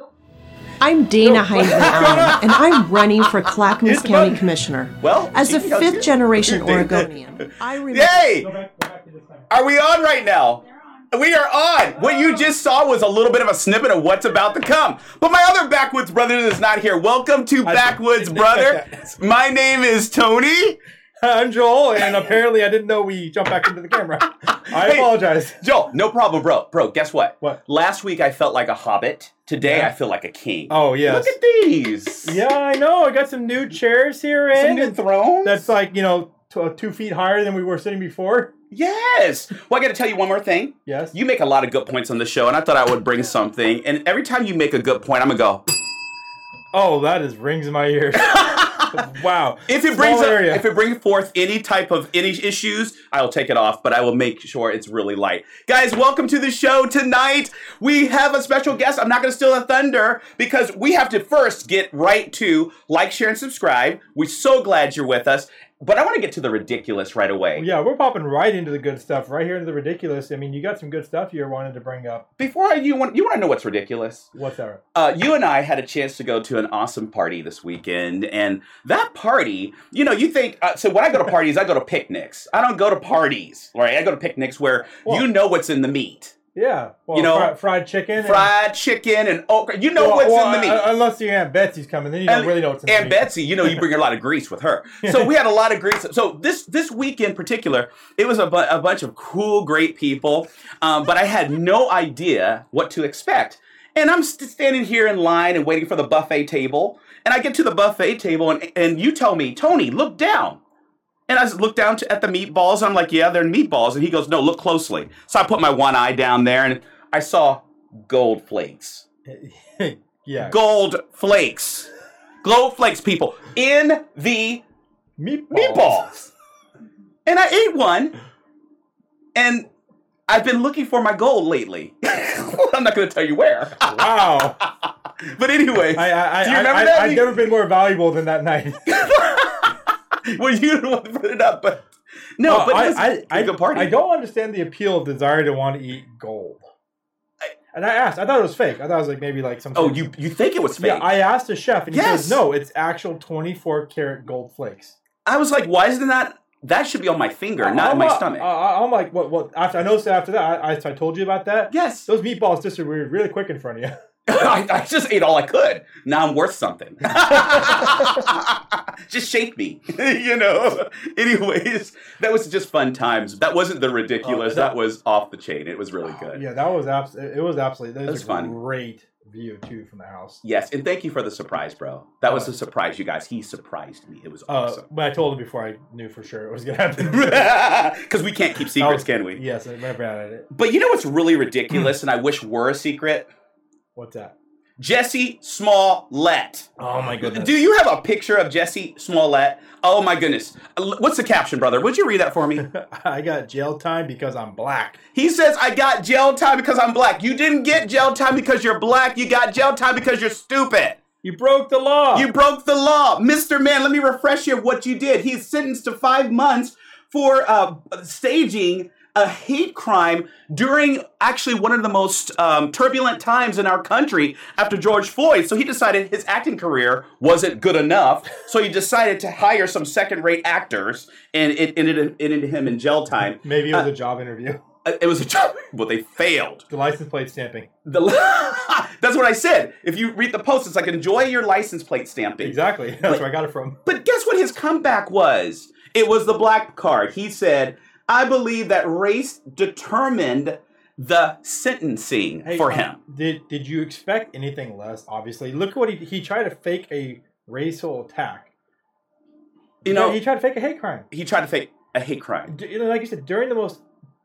Oh, I'm Dana Heinrich Allen, and I'm running for Clackamas Here's the County button. Commissioner. Well, as a she can- fifth generation Dana. Oregonian, I remember. Yay! Go back, go back to this thing. Are we on right now? We are on. What you just saw was a little bit of a snippet of what's about to come. But my other backwoods brother is not here. Welcome to Backwoods Brother. My name is Tony. I'm Joel, and apparently I didn't know we jumped back into the camera. I Hey. apologize. Joel, no problem, bro. Bro, guess what? What? Last week I felt like a hobbit. Today Yeah. I feel like a king. Oh yes. Look at these. Yeah, I know. I got some new chairs here Some in. new thrones. that's like you know t- uh, two feet higher than we were sitting before. Yes. Well, I got to tell you one more thing. Yes. You make a lot of good points on the show, and I thought I would bring something. And every time you make a good point, I'm gonna go. oh, that is rings in my ears. wow. If it Small brings up, area. if it brings forth any type of any issues, I'll take it off, but I will make sure it's really light. Guys, welcome to the show tonight. We have a special guest. I'm not going to steal the thunder because we have to first get right to like, share, and subscribe. We're so glad you're with us, but I want to get to the ridiculous right away. Oh, yeah, we're popping right into the good stuff, right here into the ridiculous. I mean, you got some good stuff you wanted to bring up. Before I, you want you want to know what's ridiculous? What's that? uh, you and I had a chance to go to an awesome party this weekend, and that party, you know, you think. Uh, so when I go to parties, I go to picnics. I don't go to parties, right? I go to picnics where Well- you know what's in the meat, Yeah. Well, You know, fri- fried chicken. and- fried chicken and okra. You know Well, what's well, in the meat. uh, Unless your Aunt Betsy's coming, then you don't And- really know what's in the and meat. Betsy, you know, you bring a lot of grease with her. So we had a lot of grease. So this this week in particular, it was a, bu- a bunch of cool, great people, um, but I had no idea what to expect. And I'm st- standing here in line and waiting for the buffet table. And I get to the buffet table, and, and you tell me, Tony, look down. And I just look down to, at the meatballs. I'm like, yeah, they're meatballs. And he goes, no, look closely. So I put my one eye down there, and I saw gold flakes yeah. gold flakes. Gold flakes, people, in the Meatballs. meatballs. And I ate one, and I've been looking for my gold lately. I'm not going to tell you where. Wow. I, But anyway, I, I, do you remember I, that? I've never been more valuable than that night. well, you don't want to put it up, but no, Uh, but I, it was I, a I, good party. I don't understand the appeal of desire to want to eat gold. and I asked. I thought it was fake. I thought it was like maybe like some. oh, you you think it was fake? Yeah, I asked the chef, and he Yes. says no. It's actual twenty-four karat gold flakes. I was like, why isn't that? That should be on my finger, not in I'm my a- stomach. I- I- I'm like, what? What? After I noticed after that, I, I, I told you about that. yes. Those meatballs disappeared really quick in front of you. I, I just ate all I could. Now I'm worth something. just shake me, you know. Anyways, that was just fun times. That wasn't the ridiculous. that, Oh, that- Oh, was off the chain. It was really good. Yeah, that was abs- It was absolutely. That That was was a fun. great view too from the house. Yes, and thank you for the surprise, bro. That was Oh. a surprise, you guys. He surprised me. It was Uh, awesome. But I told him before I knew for sure it was gonna happen. Because we can't keep secrets, Oh. can we? yes, I remember at it. But you know what's really ridiculous, and I wish were a secret? What's that? Jesse Smollett. Oh my goodness. Do you have a picture of Jesse Smollett? Oh my goodness. What's the caption, brother? Would you read that for me? I got jail time because I'm black. He says, I got jail time because I'm black. You didn't get jail time because you're black. You got jail time because you're stupid. You broke the law. You broke the law. Mr. Man, let me refresh you of what you did. He's sentenced to five months for uh, staging a hate crime during actually one of the most um, turbulent times in our country after George Floyd. So he decided his acting career wasn't good enough. So he decided to hire some second rate actors, and it ended, ended him in jail time. Maybe it was a job interview. Uh, It was a job, but they failed. The license plate stamping. The, that's what I said. If you read the post, it's like enjoy your license plate stamping. Exactly. That's where I got it from. But guess what his comeback was? It was the black card. He said, "I believe that race determined the sentencing Hey, for uh, him." Did Did you expect anything less? Obviously, look what he he tried to fake a racial attack. You Yeah, know, he tried to fake a hate crime. he tried to fake a hate crime. D- you know, like you said, during the most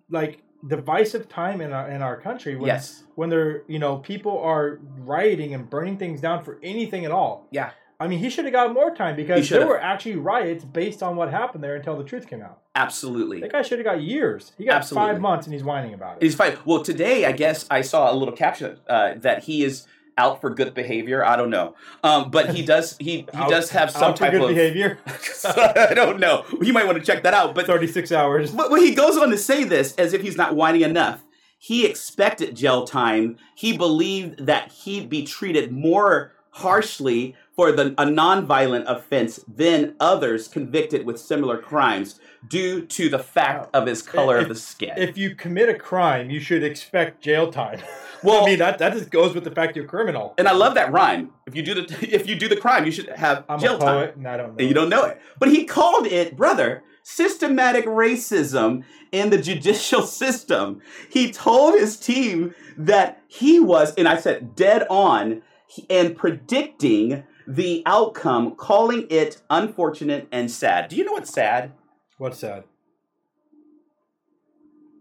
like divisive time in our in our country, when, Yes. when they're you know people are rioting and burning things down for anything at all. Yeah. I mean, he should have got more time He because should've. there were actually riots based on what happened there until the truth came out. Absolutely. That guy should have got years. He got Absolutely. five months and he's whining about it. He's fine. Well, today I guess I saw a little caption uh, that he is out for good behavior. I don't know, um, but he does. He he Out- does have some Out for type good of. behavior. I don't know. You might want to check that out. But Thirty-six hours. But, but he goes on to say this as if he's not whining enough. He expected jail time. He believed that he'd be treated more harshly for the, a nonviolent offense than others convicted with similar crimes due to the fact of his color of the skin. If you commit a crime, you should expect jail time. Well- I mean that that just goes with the fact you're a criminal. and I love that rhyme. If you do the if you do the crime, you should have I'm jail a time. poet, and I don't know. And you don't know it. But he called it, brother, systematic racism in the judicial system. He told his team that he was, and I said dead on, he- and predicting the outcome, calling it unfortunate and sad. Do you know what's sad? What's sad?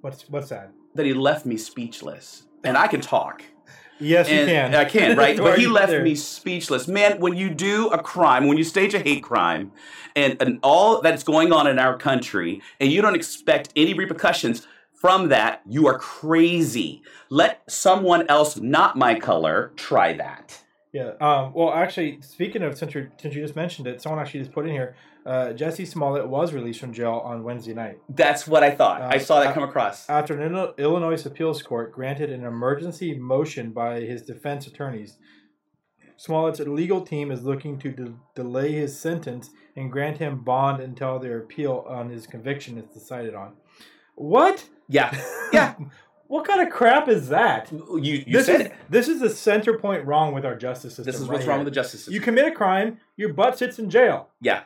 What's what's sad? That he left me speechless. And I can talk. Yes, you and can. I can, right? Or but he you left there. me speechless. Man, when you do a crime, when you stage a hate crime, and, and all that's going on in our country, and you don't expect any repercussions from that, you are crazy. Let someone else, not my color, try that. Yeah. Um, well, actually, speaking of since, you're, since you just mentioned it, someone actually just put in here. Uh, Jesse Smollett was released from jail on Wednesday night That's what I thought. Uh, I saw that uh, come across. after an Illi- Illinois appeals court granted an emergency motion by his defense attorneys. Smollett's legal team is looking to de- delay his sentence and grant him bond until their appeal on his conviction is decided on. What? yeah, yeah. What kind of crap is that? You, you this said is it. this is the center point wrong with our justice system. This is right what's wrong here. with the justice system. You commit a crime, your butt sits in jail. yeah,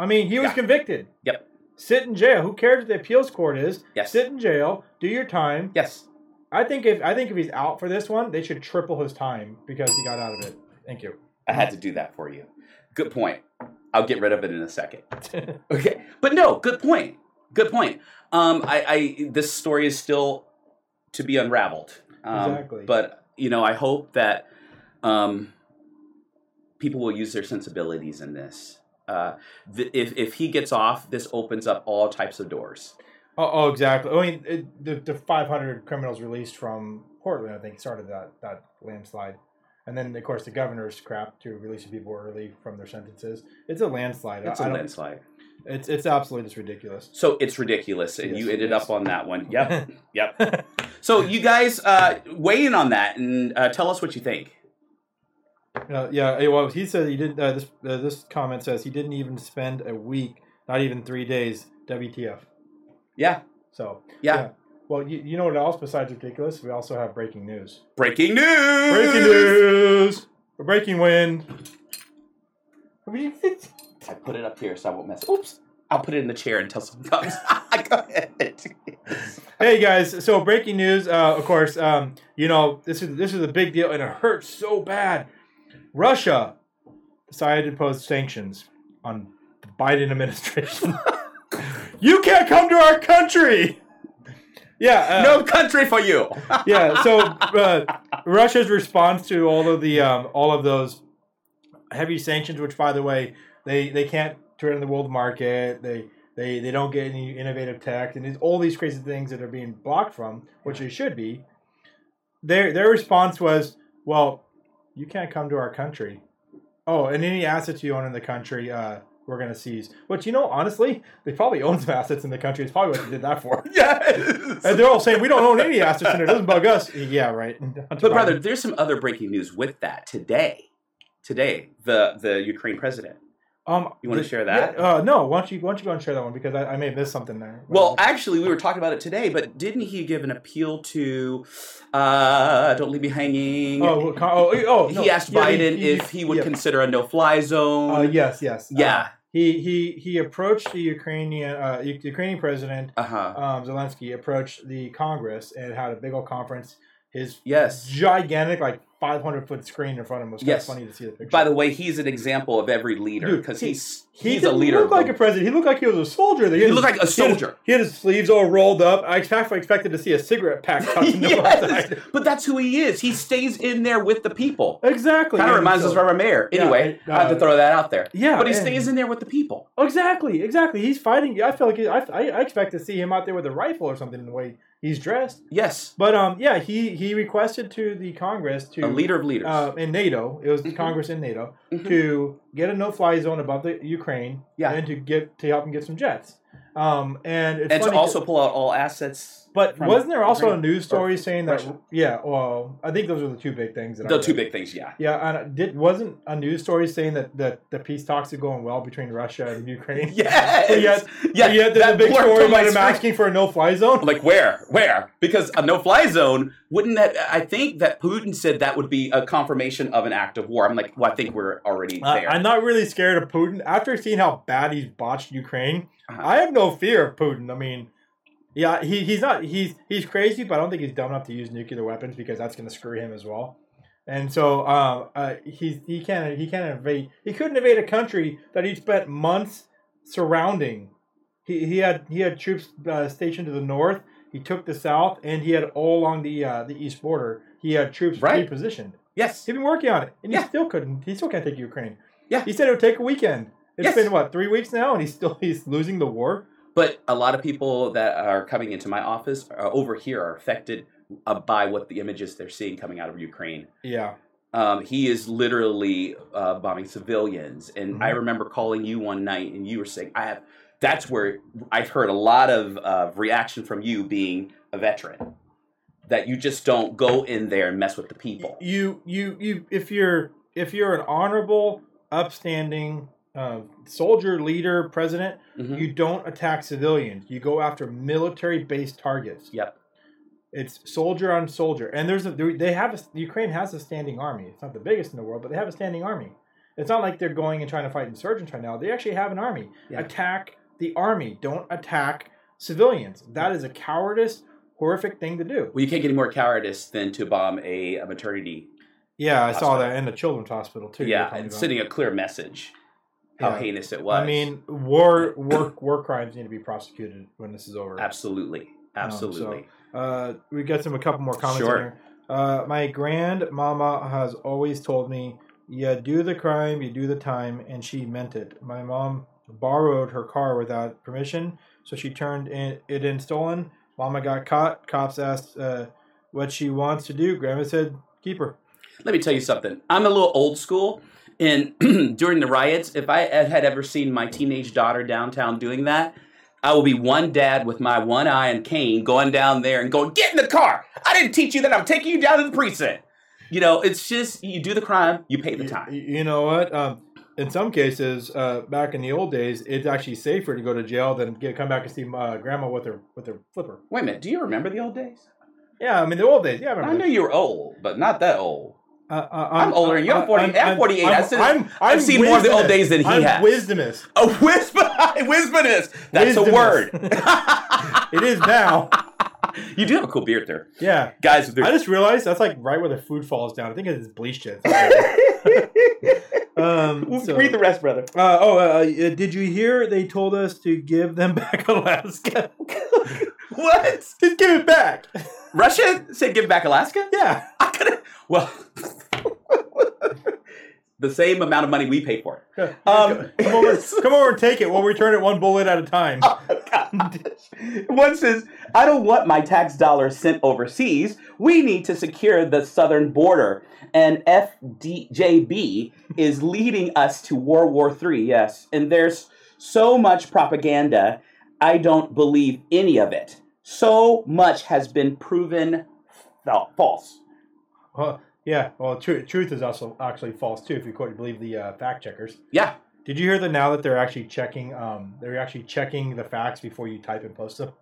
I mean, he was Yeah. convicted. Yep. Sit in jail. Who cares what the appeals court is? Yes. Sit in jail. Do your time. yes. I think if I think if he's out for this one, they should triple his time because he got out of it. Thank you. I had to do that for you. Good point. I'll get rid of it in a second. Okay, but no, good point. Good point. Um, I, I this story is still to be unraveled. Um, Exactly. But you know, I hope that um, people will use their sensibilities in this. Uh, th- if if he gets off, this opens up all types of doors. oh, oh, exactly. I mean, it, the the 500 criminals released from Portland, I think, started that that landslide, and then of course the governor's crap to releasing people early from their sentences. It's a landslide. It's I- I a don't- landslide. It's it's absolutely just ridiculous. So it's ridiculous, and Yes, you ended yes. up on that one. Yep, yep. So you guys uh, weigh in on that and uh, tell us what you think. Uh, yeah, eh, well, he said he didn't. Uh, this uh, this comment says he didn't even spend a week, not even three days. WTF? Yeah, So yeah. Well, you, you know what else besides ridiculous? We also have breaking news. Breaking news. Breaking news. A breaking wind. I put it up here so I won't mess. Oops. I'll put it in the chair until someone comes. Go ahead. Hey guys, so breaking news. Uh, of course, um, you know this is this is a big deal, and it hurts so bad. Russia decided to impose sanctions on the Biden administration. you can't come to our country. Yeah. uh, No country for you. yeah. So uh, Russia's response to all of the um, all of those heavy sanctions, which by the way, they they can't turn the world market. They they they don't get any innovative tech, and these, all these crazy things that are being blocked from, which they should be. Their their response was, well, you can't come to our country. Oh, and any assets you own in the country. Uh, we're gonna seize. Which you know, honestly, they probably own some assets in the country. It's probably what they did that for. yes. And they're all saying we don't own any assets in it. It doesn't bug us. Yeah, right. But brother, there's some other breaking news with that today. Today, the the Ukraine president. um, You wanna the- share that? yeah, uh, no, why don't you why don't you go and share that one because I, I may have missed something there. Well, actually, we were talking about it today, but didn't he give an appeal to uh, "Don't leave me hanging"? oh, well, con- oh, oh, no. he asked Yeah, Biden if he would yeah. consider a no-fly zone. Uh, yes, yes. Uh, yeah. he he he approached the Ukrainian uh, U- Ukrainian president Uh huh. um, Zelensky approached the Congress and had a big old conference. His Yes. gigantic like 500 foot screen in front of him It was kind Yes. of funny to see the picture. By the way, he's an example of every leader Dude, because he- he's he he's a didn't leader. look of like the- a president. He looked like he was a soldier. he looked like a He had his- soldier. He had his sleeves all rolled up. I expect- I expected to see a cigarette pack tucked into Yes, one side. but that's who he is. He stays in there with the people. Exactly. Kind of and reminds so- us of our mayor. Yeah, Anyway, I- I have to uh, throw that out there. Yeah, but he and- stays in there with the people. Exactly, exactly. He's fighting. I feel like he, I, I I expect to see him out there with a rifle or something in the way he's dressed. Yes, But um, yeah, he he requested to the Congress a to leader of leaders. uh, in NATO. It was the Mhm. Congress in NATO Mhm. to get a no-fly zone above the Ukraine Yeah. and to get to help him get some jets. Um, and it's and to funny 'cause- also pull out all assets. but from wasn't there also a Ukraine news story saying that? Russia. Yeah, well, I think those were the two big things. That I The read. two big things, yeah. Yeah, and it did wasn't a news story saying that that the peace talks are going well between Russia and Ukraine? Yes. But yet- yeah. but yet there's a that big blurb story from my about him screen. asking for a no-fly zone. Like where? Where? Because a no-fly zone wouldn't that? I think that Putin said that would be a confirmation of an act of war. I'm like, well, I think we're already I- there. I'm not really scared of Putin. After seeing how bad he's botched Ukraine, Uh-huh. I have no fear of Putin. I mean, yeah, he, he's not he's he's crazy, but I don't think he's dumb enough to use nuclear weapons because that's going to screw him as well. And so uh, uh, he's he can't he can't invade he couldn't invade a country that he spent months surrounding. He he had he had troops uh, stationed to the north. He took the south, and he had all along the uh, the east border. He had troops Right. repositioned. yes. He's been working on it, and he Yeah. still couldn't. He still can't take Ukraine. Yeah. he said it would take a weekend. It's Yes. been what three weeks now, and he's still he's losing the war. But a lot of people that are coming into my office uh, over here are affected uh, by what the images they're seeing coming out of Ukraine. Yeah, Um, he is literally uh, bombing civilians, and I Mhm. remember calling you one night, and you were saying, "I have." That's where I've heard a lot of uh, reaction from you being a veteran, that you just don't go in there and mess with the people. you you you if you're if you're an honorable, upstanding uh, soldier, leader, president, Mhm. you don't attack civilians. You go after military-based targets. Yep. It's soldier on soldier, and there's a they have a, Ukraine has a standing army. It's not the biggest in the world, but they have a standing army. It's not like they're going and trying to fight insurgents right now. They actually have an army. Yeah. Attack the army. Don't attack civilians. That is a cowardice, horrific thing to do. Well, you can't get any more cowardice than to bomb a, a maternity. Yeah, I saw Hospital. that in the children's hospital too. yeah, They're talking and about. sending a clear message how Yeah. heinous it was. I mean, war, war, war crimes need to be prosecuted when this is over. absolutely, absolutely. Uh, we got some a couple more comments Sure. in here. Uh, my grandmama has always told me, "You do the crime, you do the time," and she meant it. My mom borrowed her car without permission, so she turned in, it in stolen. Mama got caught. Cops asked uh, what she wants to do. Grandma said, "Keep her." Let me tell you something. I'm a little old school, and during the riots, if I had ever seen my teenage daughter downtown doing that, I would be one dad with my one eye and cane going down there and going, "Get in the car! I didn't teach you that. I'm taking you down to the precinct." You know, it's just you do the crime, you pay the You- time. You, know what? Um, in some cases, uh, back in the old days, it's actually safer to go to jail than get come back and see uh, grandma with her with her flipper. Wait a minute. Do you remember the old days? Yeah, I mean the old days. Yeah, I remember. I knew you were old, but not that old. Uh, uh, I'm older than you. I'm 40 I'm 48. I said- I've seen more of the old wisdomous. days than he I'm has. Wisdomous. A whisper, wismanist. That's a Wisdomous. word. It is now. you do have a cool beard there, Yeah. guys. there- I just realized that's like right where the food falls down. I think it's bleached it. um, so- Read the rest, brother. uh, oh, uh, uh, did you hear? They told us to give them back Alaska. What? just give it back. Russia said give back Alaska? Yeah. I could have. Well, the same amount of money we pay for it. Um, Um, come over, come over and take it. We'll return it one bullet at a time. Uh. One says, I don't want my tax dollars sent overseas. We need to secure the southern border. And FDJB is leading us to World War III, yes. And there's so much propaganda, I don't believe any of it. So much has been proven fa- false. Huh. yeah. Well, tru- truth is also actually false too. If you quote, believe the uh, fact checkers. Yeah. Did you hear that now that they're actually checking um they're actually checking the facts before you type and post them?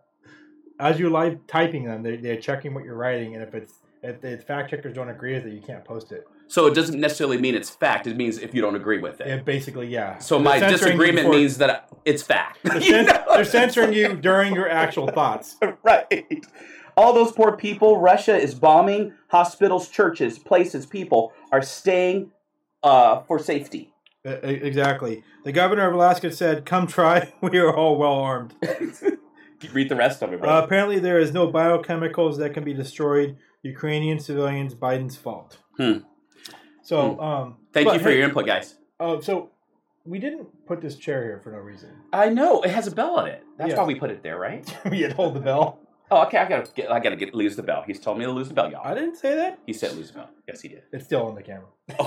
As you're live typing them, they they're checking what you're writing and if it's if the fact checkers don't agree with it, you can't post it. So it doesn't necessarily mean it's fact. It means if you don't agree with it. And basically, yeah. So They're my censoring you disagreement before- means that it's fact. they're, You cen- know? they're censoring you during your actual thoughts. right. All those poor people. Russia is bombing hospitals, churches, places. People are staying uh, for safety. E- e- Exactly. The governor of Alaska said, "Come try. We are all well armed." Read the rest of it, Uh, apparently, there is no biochemicals that can be destroyed. Ukrainian civilians, Biden's fault. Hmm. So, um, Thank but you for hey, your input, guys. Uh, so, we didn't put this chair here for no reason. I know it has a bell on it. That's Yeah. why we put it there, right? we had hold the bell. Oh, okay. I gotta get. I gotta get lose the bell. He's told me to lose the bell, I y'all. didn't say that. He said lose the bell. Yes, he did. It's still on the camera. Can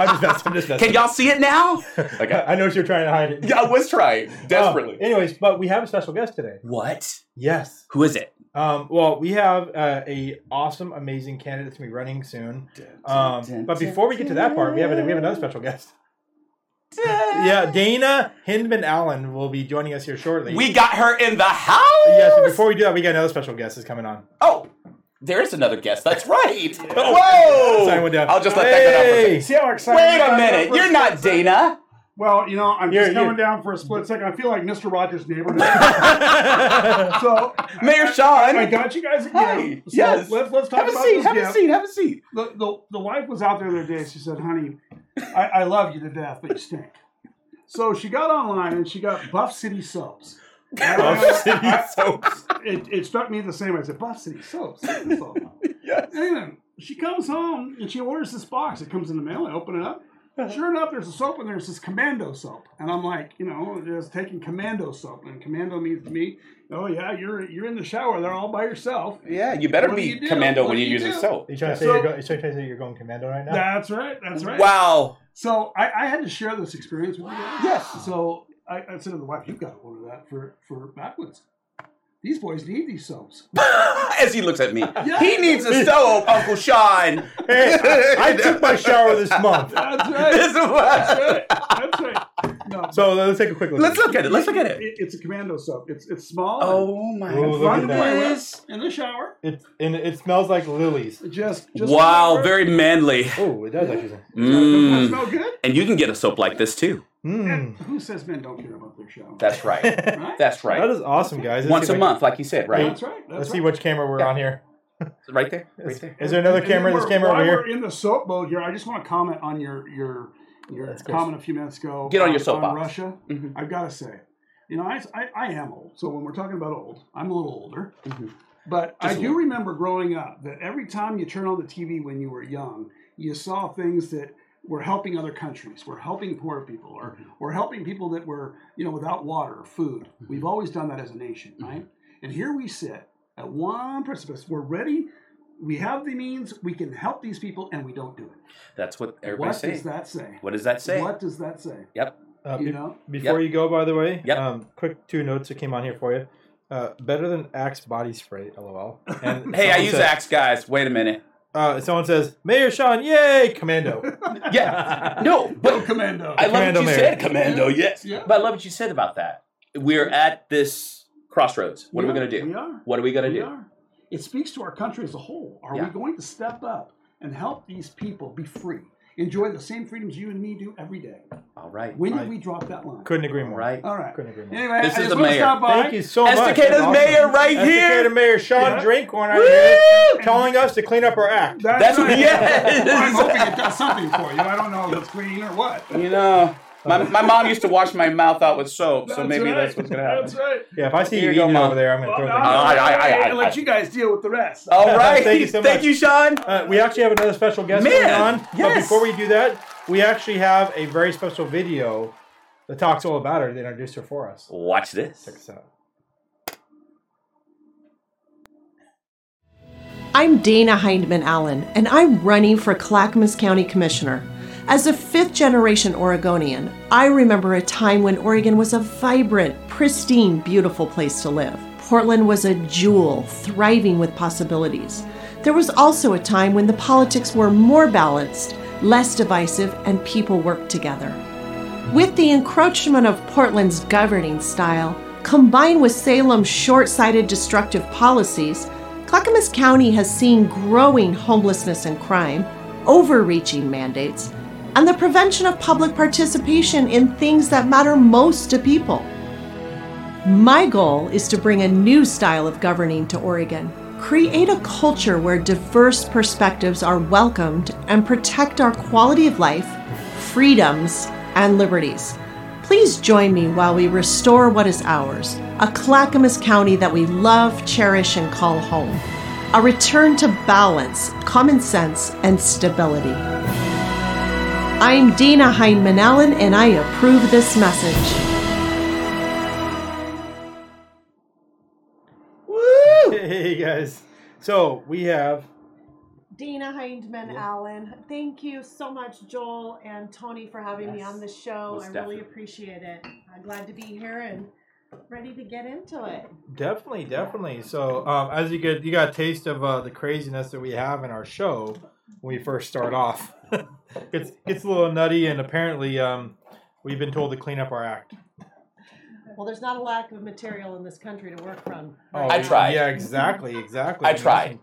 I'm just messing. I'm just messing. y'all see it now? Okay. I know you're trying to hide it. Yeah, I was trying Um, desperately. anyways, but we have a special guest today. What? Yes. Who is it? Um, well, we have uh, a awesome, amazing candidate to be running soon. Um, but before we get to that part, we have a, we have another special guest. Yeah, Dana Hindman Allen will be joining us here shortly. We got her in the house. yes. but Before we do that, we got another special guest is coming on. Oh, there's another guest. That's right. Whoa! Sorry, I went down. I'll just let that Hey! See how go down. For a excited second. Wait we got a about minute. for You're not split Dana. second? Well, you know, I'm You're- just coming you're- down for a split second. I feel like Mr. Rogers' neighbor. now. so Mayor Sean. I got you guys again. Hey, so yes. Let's let's talk Have a about seat. this Have a gift. seat. Have a seat. The, the the wife was out there the other day. She said, "Honey, I, I love you to death, but you stink." So she got online and she got Buff City soaps. And I- Buff City Soaps. It, it struck me the same. way. I said, "Buff City soaps." So, And she comes home and she orders this box. It comes in the mail. I open it up. Uh-huh. Sure enough, there's a soap in there. It says Commando soap, and I'm like, you know, just taking Commando soap, and Commando means to me, oh yeah, you're you're in the shower there all by yourself. Yeah, you better What do be you do? commando What when do you're you using do? soap. Are you trying to say So- you're, go- are you trying to say you're going commando right now? That's right. That's right. Wow. So I, I had to share this experience with you guys. Yes. So I, I said to the wife, you've got to order that for for backwoods. These boys need these soaps. As he looks at me, Yeah. he needs a soap, Uncle Sean. Hey, I, I took my shower this month. That's This right. is what. That's right. No, So let's take a quick look. Let's look at it. Let's look at it. it, it's a commando soap. It's it's small. Oh my Ooh, look at that. goodness. in the shower. It and it smells like lilies. Just, just Wow, very manly. Oh, it does actually. Does it Mm. smell good? And you can get a soap like this too. Mm. Who says men don't care about their shower? That's right. right. That's That right. is awesome, guys. Let's Once see a if I- month, like you said, right? That's right. That's Let's right. see which camera we're on here. Right there. Right Is, there. is there another And then camera? This we're- camera over while here. We're in the soap mode here. I just want to comment on your your your That's cool. comment a few minutes ago. Get on your on- soapbox. On Russia, Mhm. I've got to say, you know, I, I I am old. So when we're talking about old, I'm a little older. Mhm. But Just a I do little. remember growing up that every time you turn on the TV when you were young, you saw things that were helping other countries, were helping poor people, or Mm-hmm. were helping people that were you know without water or food. Mm-hmm. We've always done that as a nation, right? And here we sit at one precipice. We're ready. We have the means. We can help these people, and we don't do it. That's what what everybody's does saying. that say? What does that say? What does that say? Uh, You be- know, before you go, by the way, Yep. um, quick two notes that came on here for you. Uh, better than Axe body spray, lol. And Hey, I someone use says- Axe, guys. Wait a minute. Uh, someone says, Mayor Sean, yay, commando. Yeah. No, Go but commando. I love what Commando you Mayor. said, Commando. Yes, Yeah. but I love what you said about that. We're at this crossroads. What are we gonna We do? are. What are we gonna We do? are. It speaks to our country as a whole. Are Yeah. we going to step up and help these people be free, enjoy the same freedoms you and me do every day? All right. When I- did we drop that line? Couldn't agree All more. right. All right. Couldn't agree more. Anyway, This I is just the wanna mayor. Stop by. Thank you so much. Estacada's That's awesome. mayor right Estacada here. Mayor Sean Yeah. Drinkhorn out Woo! here telling us to clean up our act. That's- right. yes! Well, I'm hoping it does something for you. I don't know if it's green or what. You know, my, my mom used to wash my mouth out with soap, so maybe right. that's what's gonna That's happen. right. Yeah, if I see Here you you go, eating Mom. Uh, over there, I'm going to Well, throw no, things. I- I- I- I- Oh. I'll let you guys deal with the rest. All right. Thank you so Thank much. you, Sean. Uh, we actually have another special guest Man, coming on. But yes. before we do that, we actually have a very special video that talks all about her. They introduced her for us. Watch this. Check this out. I'm Dana Hindman Allen, and I'm running for Clackamas County Commissioner. As a fifth generation Oregonian, I remember a time when Oregon was a vibrant, pristine, beautiful place to live. Portland was a jewel, thriving with possibilities. There was also a time when the politics were more balanced, less divisive, and people worked together. With the encroachment of Portland's governing style, combined with Salem's short sighted destructive policies, Clackamas County has seen growing homelessness and crime, overreaching mandates, and the prevention of public participation in things that matter most to people. My goal is to bring a new style of governing to Oregon, create a culture where diverse perspectives are welcomed, and protect our quality of life, freedoms, and liberties. Please join me while we restore what is ours a Clackamas County that we love, cherish, and call home. A return to balance, common sense, and stability. I'm Dana Heinman Allen, and I approve this message. Woo! hey guys. So we have Dina Hindman Yeah. Allen. Thank you so much, Joel and Tony, for having me Yes, on the show. most I definitely. really appreciate it. I'm glad to be here and ready to get into it. definitely, definitely. So um, as you get, you got a taste of uh, the craziness that we have in our show when we first start off. it's it's a little nutty, and apparently um, we've been told to clean up our act. Well, there's not a lack of material in this country to work from. Oh, I now. tried. Yeah, exactly, Mm-hmm. exactly. I tried.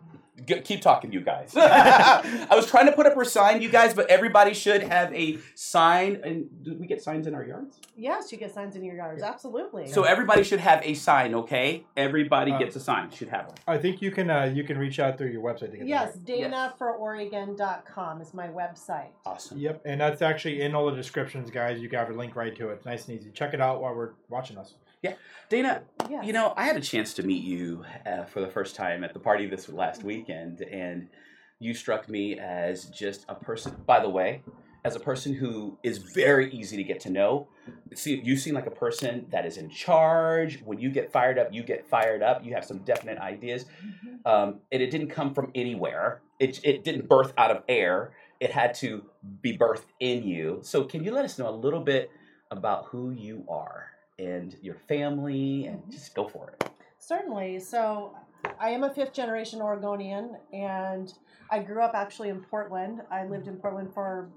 G- keep talking, you guys. I was trying to put up a sign, you guys, but everybody should have a sign. And do we get signs in our yards? Yes, you get signs in your yards. Absolutely. So everybody should have a sign, okay? Everybody Uh, gets a sign. Should have one. I think you can uh, you can reach out through your website to get that. yes, danafororegon.com is my website. Awesome. Yep, and that's actually in all the descriptions, guys. You got a link right to it. It's nice and easy. Check it out while we're watching us. Dana, Yes. you know, I had a chance to meet you uh, for the first time at the party this last weekend, and you struck me as just a person, by the way, as a person who is very easy to get to know. See, you seem like a person that is in charge. When you get fired up, you get fired up. You have some definite ideas. um, and it didn't come from anywhere. It it didn't birth out of air. It had to be birthed in you. So can you let us know a little bit about who you are and your family, and just go for it. Certainly. So I am a fifth generation Oregonian and I grew up actually in Portland. I lived in Portland for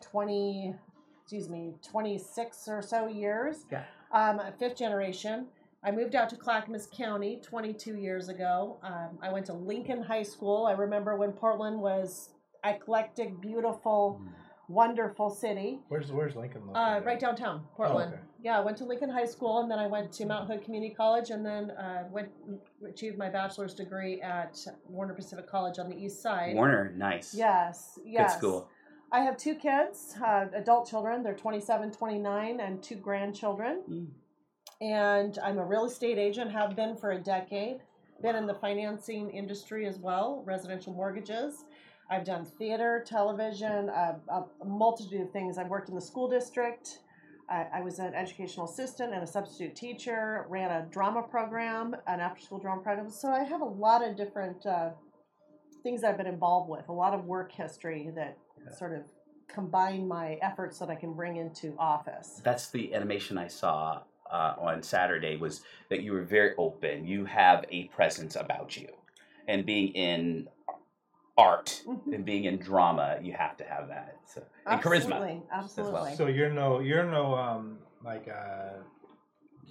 20, excuse me, 26 or so years. Yeah. Um, fifth generation. I moved out to Clackamas County 22 years ago. Um, I went to Lincoln High School. I remember when Portland was eclectic, beautiful, wonderful city. Where's where's Lincoln? Uh, located? right downtown, Portland. okay. Yeah, I went to Lincoln High School, and then I went to Mount Hood Community College, and then uh, went achieved my bachelor's degree at Warner Pacific College on the East Side. Warner, nice. Yes, yes. Good school. I have two kids, uh, adult children. They're 27, 29, and two grandchildren. Mm. And I'm a real estate agent, have been for a decade. Been in the financing industry as well, residential mortgages. I've done theater, television, uh, a multitude of things. I've worked in the school district. I, I was an educational assistant and a substitute teacher, ran a drama program, an after school drama program. So I have a lot of different uh, things that I've been involved with, a lot of work history that sort of combine my efforts that I can bring into office. That's the animation I saw uh, on Saturday. Was that you were very open. You have a presence about you, and being in art Mhm. and being in drama, you have to have that. So, and charisma. Absolutely, absolutely. So you're no you're no um like uh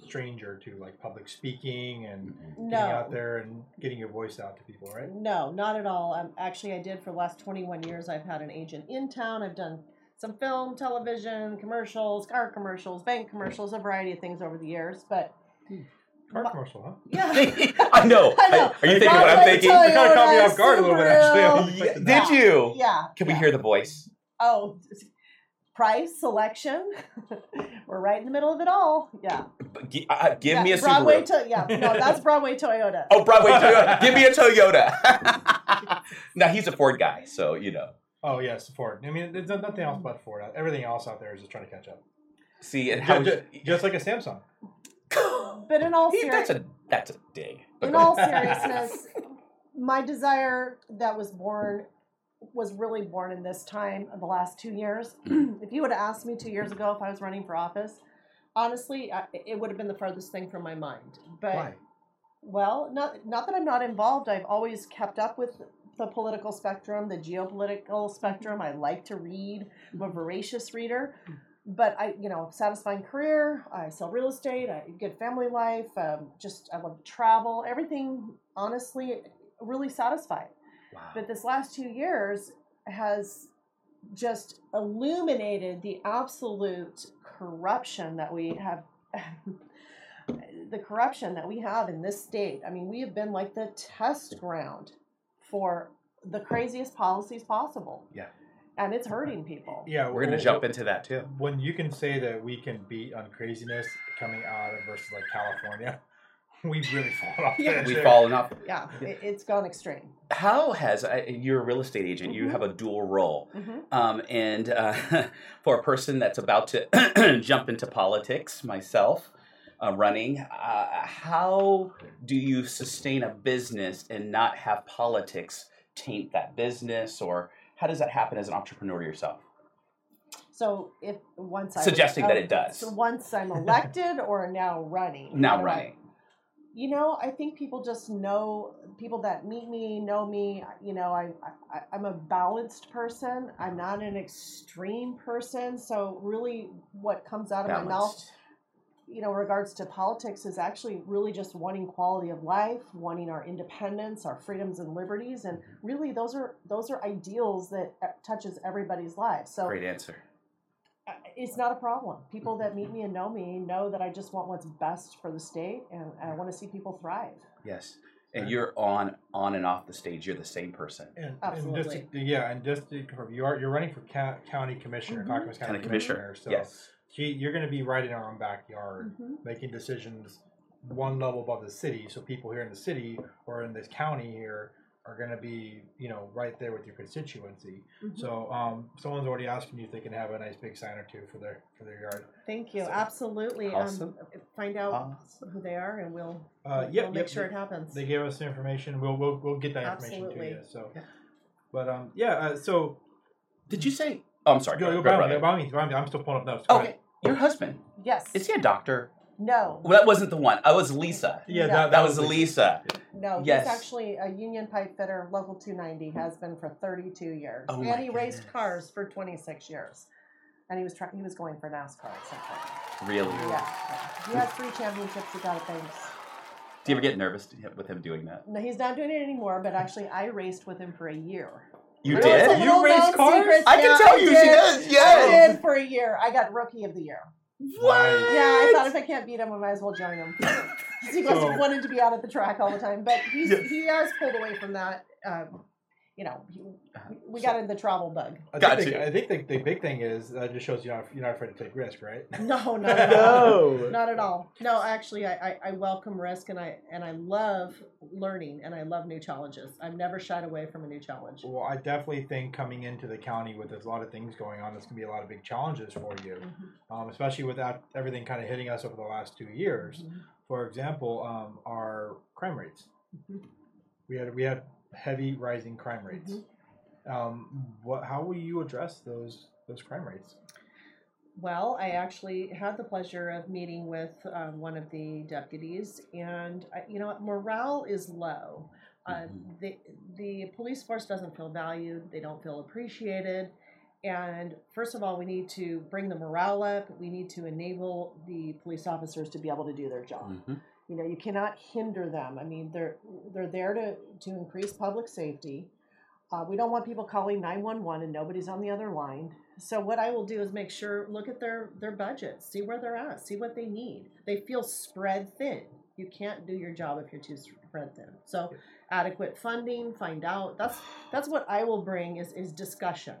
stranger to like public speaking and Mm-hmm. getting out No, there and getting your voice out to people, right? no, not at all. Um, actually, I did for the last 21 years. I've had an agent in town. I've done some film, television, commercials, car commercials, bank commercials, a variety of things over the years. But Car My- commercial, huh? yeah, I know. I know. Are you thinking Not what I'm gonna thinking? tell You kind of caught me Toyota, off guard a little bit, Subaru. actually. I wasn't Yeah, expecting that. Did you? yeah. Can we yeah. hear the voice? Oh, price selection. We're right in the middle of it all. Yeah. B- gi- uh, Give Yeah, me a Broadway. Subaru. To- yeah, no, that's Broadway Toyota. oh, Broadway Toyota. Give me a Toyota. now he's a Ford guy, so you know. Oh yes, Ford. I mean, there's no- nothing else but Ford. Everything else out there is just trying to catch up. See, and how Just, just like a Samsung. But in all He- that's seriousness, a that's a dig. But in go all ahead. seriousness, my desire that was born was really born in this time of the last two years. if you would have asked me two years ago if I was running for office, honestly, I, it would have been the furthest thing from my mind. But Why? Well, not not that I'm not involved. I've always kept up with the political spectrum, the geopolitical spectrum. I like to read. I'm a voracious reader. But I, you know, satisfying career. I sell real estate. I good family life. Um, just I love to travel. Everything, honestly, really satisfied. Wow. But this last two years has just illuminated the absolute corruption that we have. the corruption that we have in this state. I mean, we have been like the test ground for the craziest policies possible. Yeah. And it's hurting people. Yeah, We're gonna wh- jump wh- into that too. When you can say that we can beat on craziness coming out of versus like California, we really fall off. Yeah. that We've shit. fallen off. Yeah, it, it's gone extreme. How has I, you're a real estate agent? You Mhm. have a dual role. hmm Um, and uh, for a person that's about to jump into politics, myself, uh, running. Uh, how do you sustain a business and not have politics taint that business, or how does that happen as an entrepreneur yourself? So if once I Suggesting that it does. So once I'm elected or now running. I Now don't running. you know i think people just know people that meet me know me you know I, I i'm a balanced person i'm not an extreme person so really what comes out of my mouth Balanced. you know in regards to politics is actually really just wanting quality of life wanting our independence our freedoms and liberties and really those are those are ideals that uh, touches everybody's life so Great answer. uh, it's not a problem. People Mm-hmm. that meet me and know me know that I just want what's best for the state, and I want to see people thrive. Yes. Uh-huh. And you're on on and off the stage. You're the same person. And, and just to, Absolutely. yeah, and just to confirm, you are you're running for ca- county commissioner, Mhm. Clackamas Kind County of commissioner. So Yes. he, you're going to be right in our own backyard, Mm-hmm. making decisions one level above the city. So people here in the city or in this county here are going to be, you know, right there with your constituency. Mhm. So um, someone's already asking you if they can have a nice big sign or two for their for their yard. Thank you. So- Absolutely. Awesome. Um, find out Awesome. who they are, and we'll Uh, we'll yep, make yep, sure yep. it happens. They gave us the information. We'll we'll, we'll get that information Absolutely. to you. So, Yeah. but um, yeah. Uh, so Did you say? Oh, I'm sorry. go, go, Brother. by me, go by me, by me. I'm still pulling up notes. Go Oh, ahead. Your husband yes. is he a doctor? no. Well, that wasn't the one. I was Lisa. Yeah, No. that, That was Lisa. No. Yes. He's actually a union pipe fitter, level 290, has been for 32 years, Oh my and he raced goodness. cars for 26 years. And he was trying. He was going for NASCAR at some point. Really? Yeah. He has three championships. He got it. Thanks. Do you ever get nervous to- with him doing that? No, he's not doing it anymore. But actually, I raced with him for a year. You Really? did? It's a little raised known cars? secret, I can yeah, tell I you, she did. does. I Yes. did for a year. I got rookie of the year. What? Yeah, I thought if I can't beat him, I might as well join him. he was So- wanted to be out at the track all the time, but he's, Yeah. he has pulled away from that. Um, you know, he, we got in the travel bug. I Got think, you. the, I think the, the big thing is that just shows you're not, you're not afraid to take risk, right? No, not at all. Not at all. No, actually, I, I, I welcome risk and I and I love learning and I love new challenges. I've never shied away from a new challenge. Well, I definitely think coming into the county with there's a lot of things going on, there's gonna be a lot of big challenges for you, um, especially without everything kind of hitting us over the last two years. For example, um, our crime rates. Mhm. We had we had heavy rising crime rates. Um, what? How will you address those those crime rates? Well, I actually had the pleasure of meeting with um, one of the deputies, and I, you know what, morale is low. Uh, Mhm. The the police force doesn't feel valued. They don't feel appreciated. And first of all, we need to bring the morale up. We need to enable the police officers to be able to do their job Mhm. you know you cannot hinder them i mean they're they're there to to increase public safety uh, we don't want people calling 911 and nobody's on the other line so what i will do is make sure look at their their budget see where they're at see what they need they feel spread thin you can't do your job if you're too spread thin so adequate funding find out that's that's what i will bring is is discussion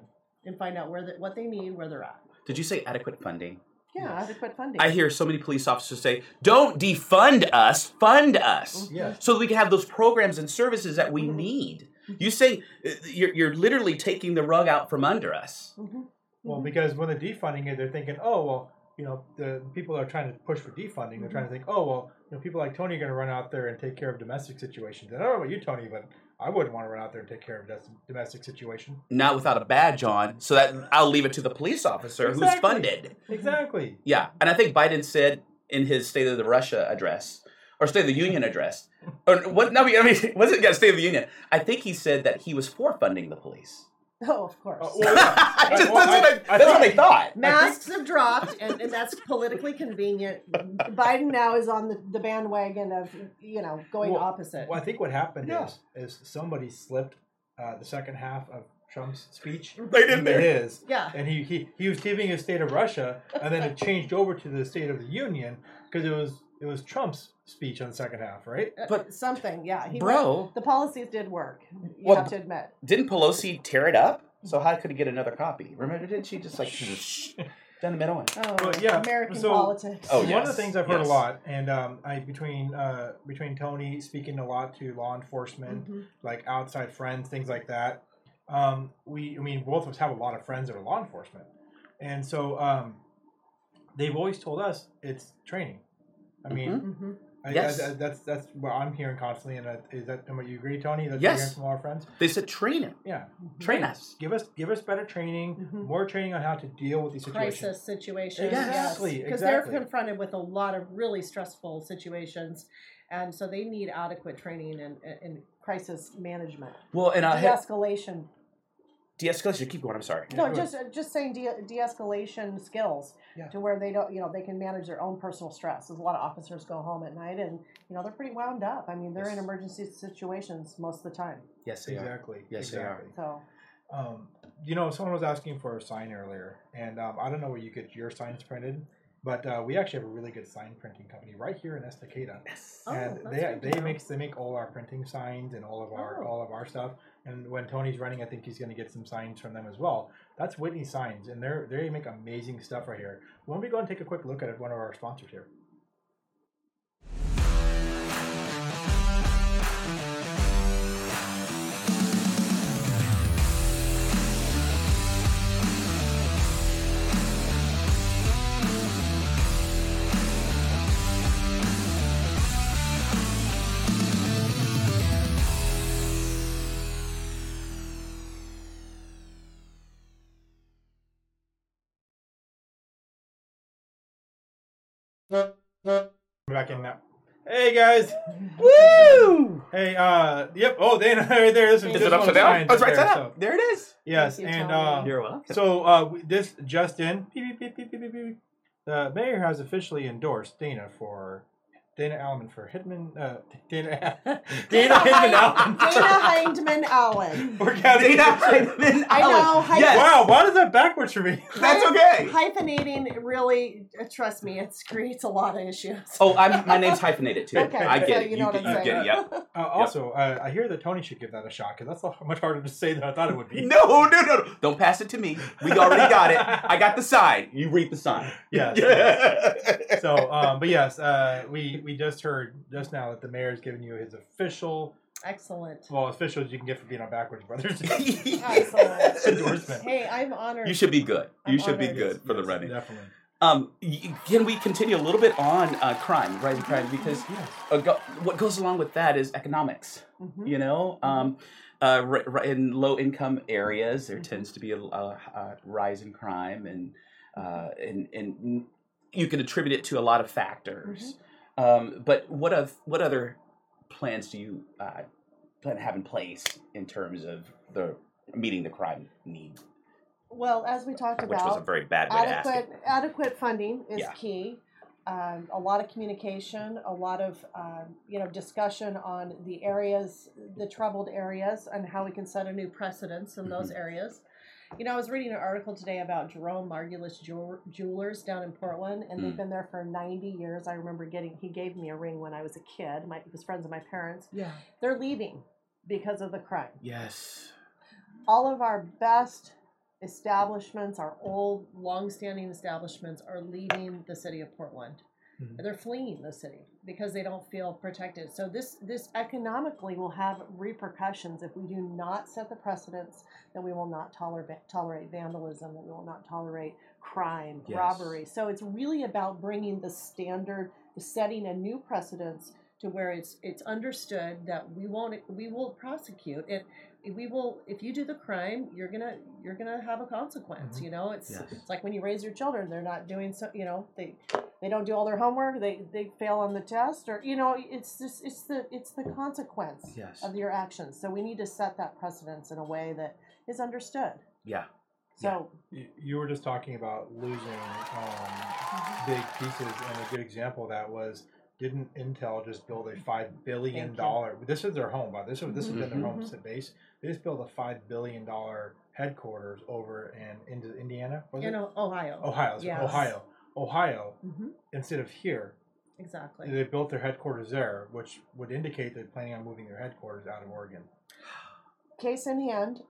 and find out where the, what they need where they're at Did you say adequate funding? yeah adequate funding I hear so many police officers say, "Don't defund us, fund us." Yes. so that we can have those programs and services that we Mhm. need. You say uh, you're, you're literally taking the rug out from under us. Mhm. Well, Mhm. Mm-hmm. because when they're defunding it, they're thinking, oh well, you know, the people that are trying to push for defunding, they're trying to Mm-hmm. think, oh well, you know, people like Tony are going to run out there and take care of domestic situations. And I don't know about you, Tony, but I wouldn't want to run out there and take care of a domestic situation. Not without a badge on, so that I'll leave it to the police officer who's Exactly. funded. Exactly. Yeah, and I think Biden said in his State of the Russia address or State of the Union address, or what? No, I mean, was it yeah, State of the Union? I think he said that he was for funding the police. oh of course Uh, well, yeah. I just- that's well, what I- I, I that's what I thought- thought. Masks have dropped, and, and that's politically convenient. Biden now is on the, the bandwagon of, you know, going Well, opposite. Well, I think what happened Yeah. is is somebody slipped uh, the second half of Trump's speech Right in into there. his, Yeah. and he, he he was giving his state of Russia, and then it changed over to the State of the Union because it was it was Trump's speech on the second half, right? Uh, but- something, yeah. He Bro. the policies did work. You Well, have to admit. Didn't Pelosi tear it up? So how could he get another copy? Remember, didn't she just like down the middle? Oh, well, yeah, American so- politics. Oh, one yes, of the things I've heard yes. a lot, and um, I between uh, between Tony speaking a lot to law enforcement, Mhm. Mm-hmm. like outside friends, things like that. Um, we, I mean, both of us have a lot of friends that are law enforcement, and so um, they've always told us it's training. I mean, hmm I, Mm-hmm. Yes. I, I, that's that's what I'm hearing constantly, and I, is that and what you agree, Tony? That's Yes. what you're hearing from all our friends. They said train him, Yeah, train us. give us give us better training, Mm-hmm. Mhm. more training on how to deal with these situations. crisis situations. Exactly, Because exactly. they're confronted with a lot of really stressful situations. And so they need adequate training and, and crisis management, Well, and I'll have de-escalation. de-escalation. Keep going. I'm sorry. Yeah, No, go just uh, just saying de- de-escalation skills Yeah. to where they don't, you know, they can manage their own personal stress. There's a lot of officers go home at night and you know they're pretty wound up. I mean, they're in Yes. emergency situations most of the time. Yes, they are. Exactly. Yes, they are. exactly. So Um, you know, someone was asking for a sign earlier, and um, I don't know where you get your signs printed, but uh, we actually have a really good sign printing company right here in Estacada. Yes. Oh, and that's they good to they know. make they make all our printing signs and all of our Oh. all of our stuff. And when Tony's running, I think he's going to get some signs from them as well. That's Whitney Signs, and they're they make amazing stuff right here. Why don't we go and take a quick look at one of our sponsors here? We're back in now. Hey guys! Woo! Hey, uh, yep. Oh, Dana, right there. This Is Is this it upside one's down? signs Oh, it's right there, side so- up. There it is. Yes, Thank you, and Tony. uh, You're welcome. so uh, we- this Justin, beep, beep, beep, beep, beep, beep, beep. the mayor has officially endorsed Dana for Dana Alman for Hitman, uh, Dana Dana Hitman Alman Dana for, Hindman Allen. for county. Dana Hyman I know. Allen. hy- Yes. Wow, why is that backwards for me? That's okay. Hyphenating really, uh, trust me, it creates a lot of issues. Oh, I'm, my name's hyphenated too. Okay, I so get it. you You, know get, what I'm you get it. Yep. Uh, also, uh, I hear that Tony should give that a shot because that's a- much harder to say than I thought it would be. No, no, no, no. Don't pass it to me. We already got it. I got the sign. You read the sign. Yes. Yeah. So, um, but yes, uh, we we just heard just now that the mayor's given you his official, Excellent. well, official as you can get for being on Backwards Brothers. Excellent. Hey, I'm honored. you should be good. You should be Honored. good for the Yes, running. Definitely. Um, y- can we continue a little bit on uh, crime, rising crime? Because Yes. uh, go, what goes along with that is economics. Mhm. you know um, Mm-hmm. uh, ri ri- in low income areas there tends to be a, a, a rise in crime and, uh, and and you can attribute it to a lot of factors Mm-hmm. um, but what of what other plans do you uh, plan to have in place in terms of the meeting the crime need Well, as we talked which was a about, very bad way to ask adequate it adequate funding is Yeah. key. Um, a lot of communication, a lot of um, you know discussion on the areas, the troubled areas, and how we can set a new precedence in Mm-hmm. those areas. You know, I was reading an article today about Jerome Margulis Jew- Jewelers down in Portland, and Mm. they've been there for 90 years. I remember getting he gave me a ring when I was a kid. My, it was friends of my parents. yeah They're leaving because of the crime yes all of our best establishments, our old, long-standing establishments, are leaving the city of Portland. Mhm. They're fleeing the city because they don't feel protected. So this this economically will have repercussions if we do not set the precedents that we will not tolerate tolerate vandalism, that we will not tolerate crime, Yes. robbery. So it's really about bringing the standard, setting a new precedence to where it's it's understood that we won't we will prosecute it we will if you do the crime you're gonna you're gonna have a consequence Mm-hmm. you know it's Yes. it's like when you raise your children they're not doing so you know they they don't do all their homework they they fail on the test or you know it's just it's the it's the consequence Yes. of your actions so we need to set that precedence in a way that is understood yeah so You, you were just talking about losing um, Mm-hmm. big pieces, and a good example of that was didn't Intel just build a five billion Thank you. dollar? This is their home, but this was this has been their home Mhm. sit base. They just built a five billion dollar headquarters over in, in Indiana, was in it? O- ohio Oh, Ohio, Yes. Ohio, Ohio. hmm Instead of here, exactly they built their headquarters there, which would indicate they're planning on moving their headquarters out of Oregon. case in hand,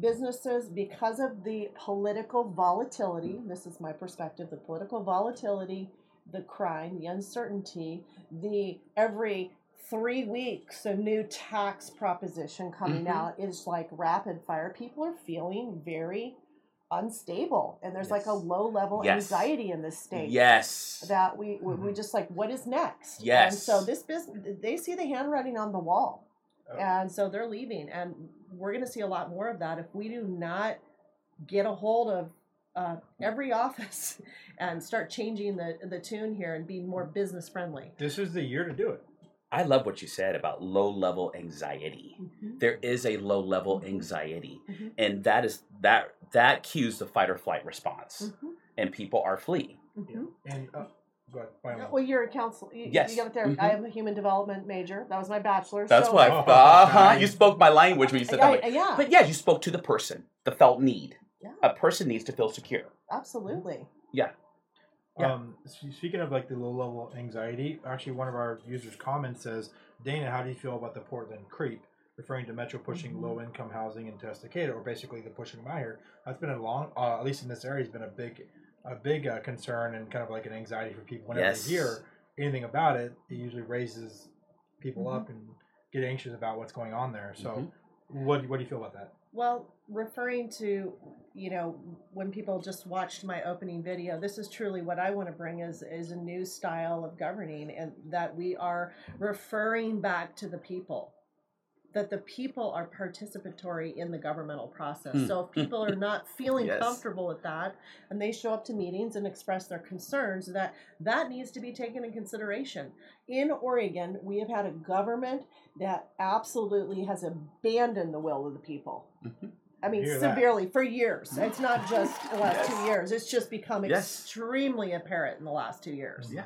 businesses, because of the political volatility, this is my perspective, the political volatility, the crime, the uncertainty, the every three weeks a new tax proposition coming Mhm. out is like rapid fire. People are feeling very unstable and there's like a Yes. low level Yes. anxiety in this state Yes. that we we we just like what is next Mm-hmm. and Yes. so this business they see the handwriting on the wall Oh. and so they're leaving and we're going to see a lot more of that if we do not get a hold of uh, every office and start changing the the tune here and be more business friendly This is the year to do it. I love what you said about low level anxiety. There is a low level anxiety, Mhm. and that is that that cues the fight or flight response, Mm-hmm. and people are fleeing. And uh, go ahead. by all means. Well, you're a counselor. You, Yes. Mm-hmm. You got it there. I am a human development major. That was my bachelor's. That's so why. like, Uh huh. You spoke my language when you said that. I- Way. I- yeah. But yeah, you spoke to the person, the felt need. Yeah. A person needs to feel secure. absolutely. Yeah. Um, s- speaking of like the low level anxiety, actually one of our users' comments says, "Dana, how do you feel about the Portland creep?" Referring to Metro pushing Mm-hmm. low income housing into Estacada, or basically the pushing them out here. That's been a long, uh, at least in this area, has been a big, a big uh, concern and kind of like an anxiety for people. Whenever Yes. they hear anything about it, it usually raises people Mm-hmm. up and get anxious about what's going on there. So, Mhm. what what do you feel about that? Well, referring to, you know, when people just watched my opening video, this is truly what I want to bring is is a new style of governing and that we are referring back to the people. That the people are participatory in the governmental process. Hmm. So if people are not feeling Yes. comfortable with that and they show up to meetings and express their concerns, that that needs to be taken in consideration. In Oregon, we have had a government that absolutely has abandoned the will of the people. I mean, Hear that. severely for years. It's not just the last Yes. two years. It's just become Yes. extremely apparent in the last two years. Yeah.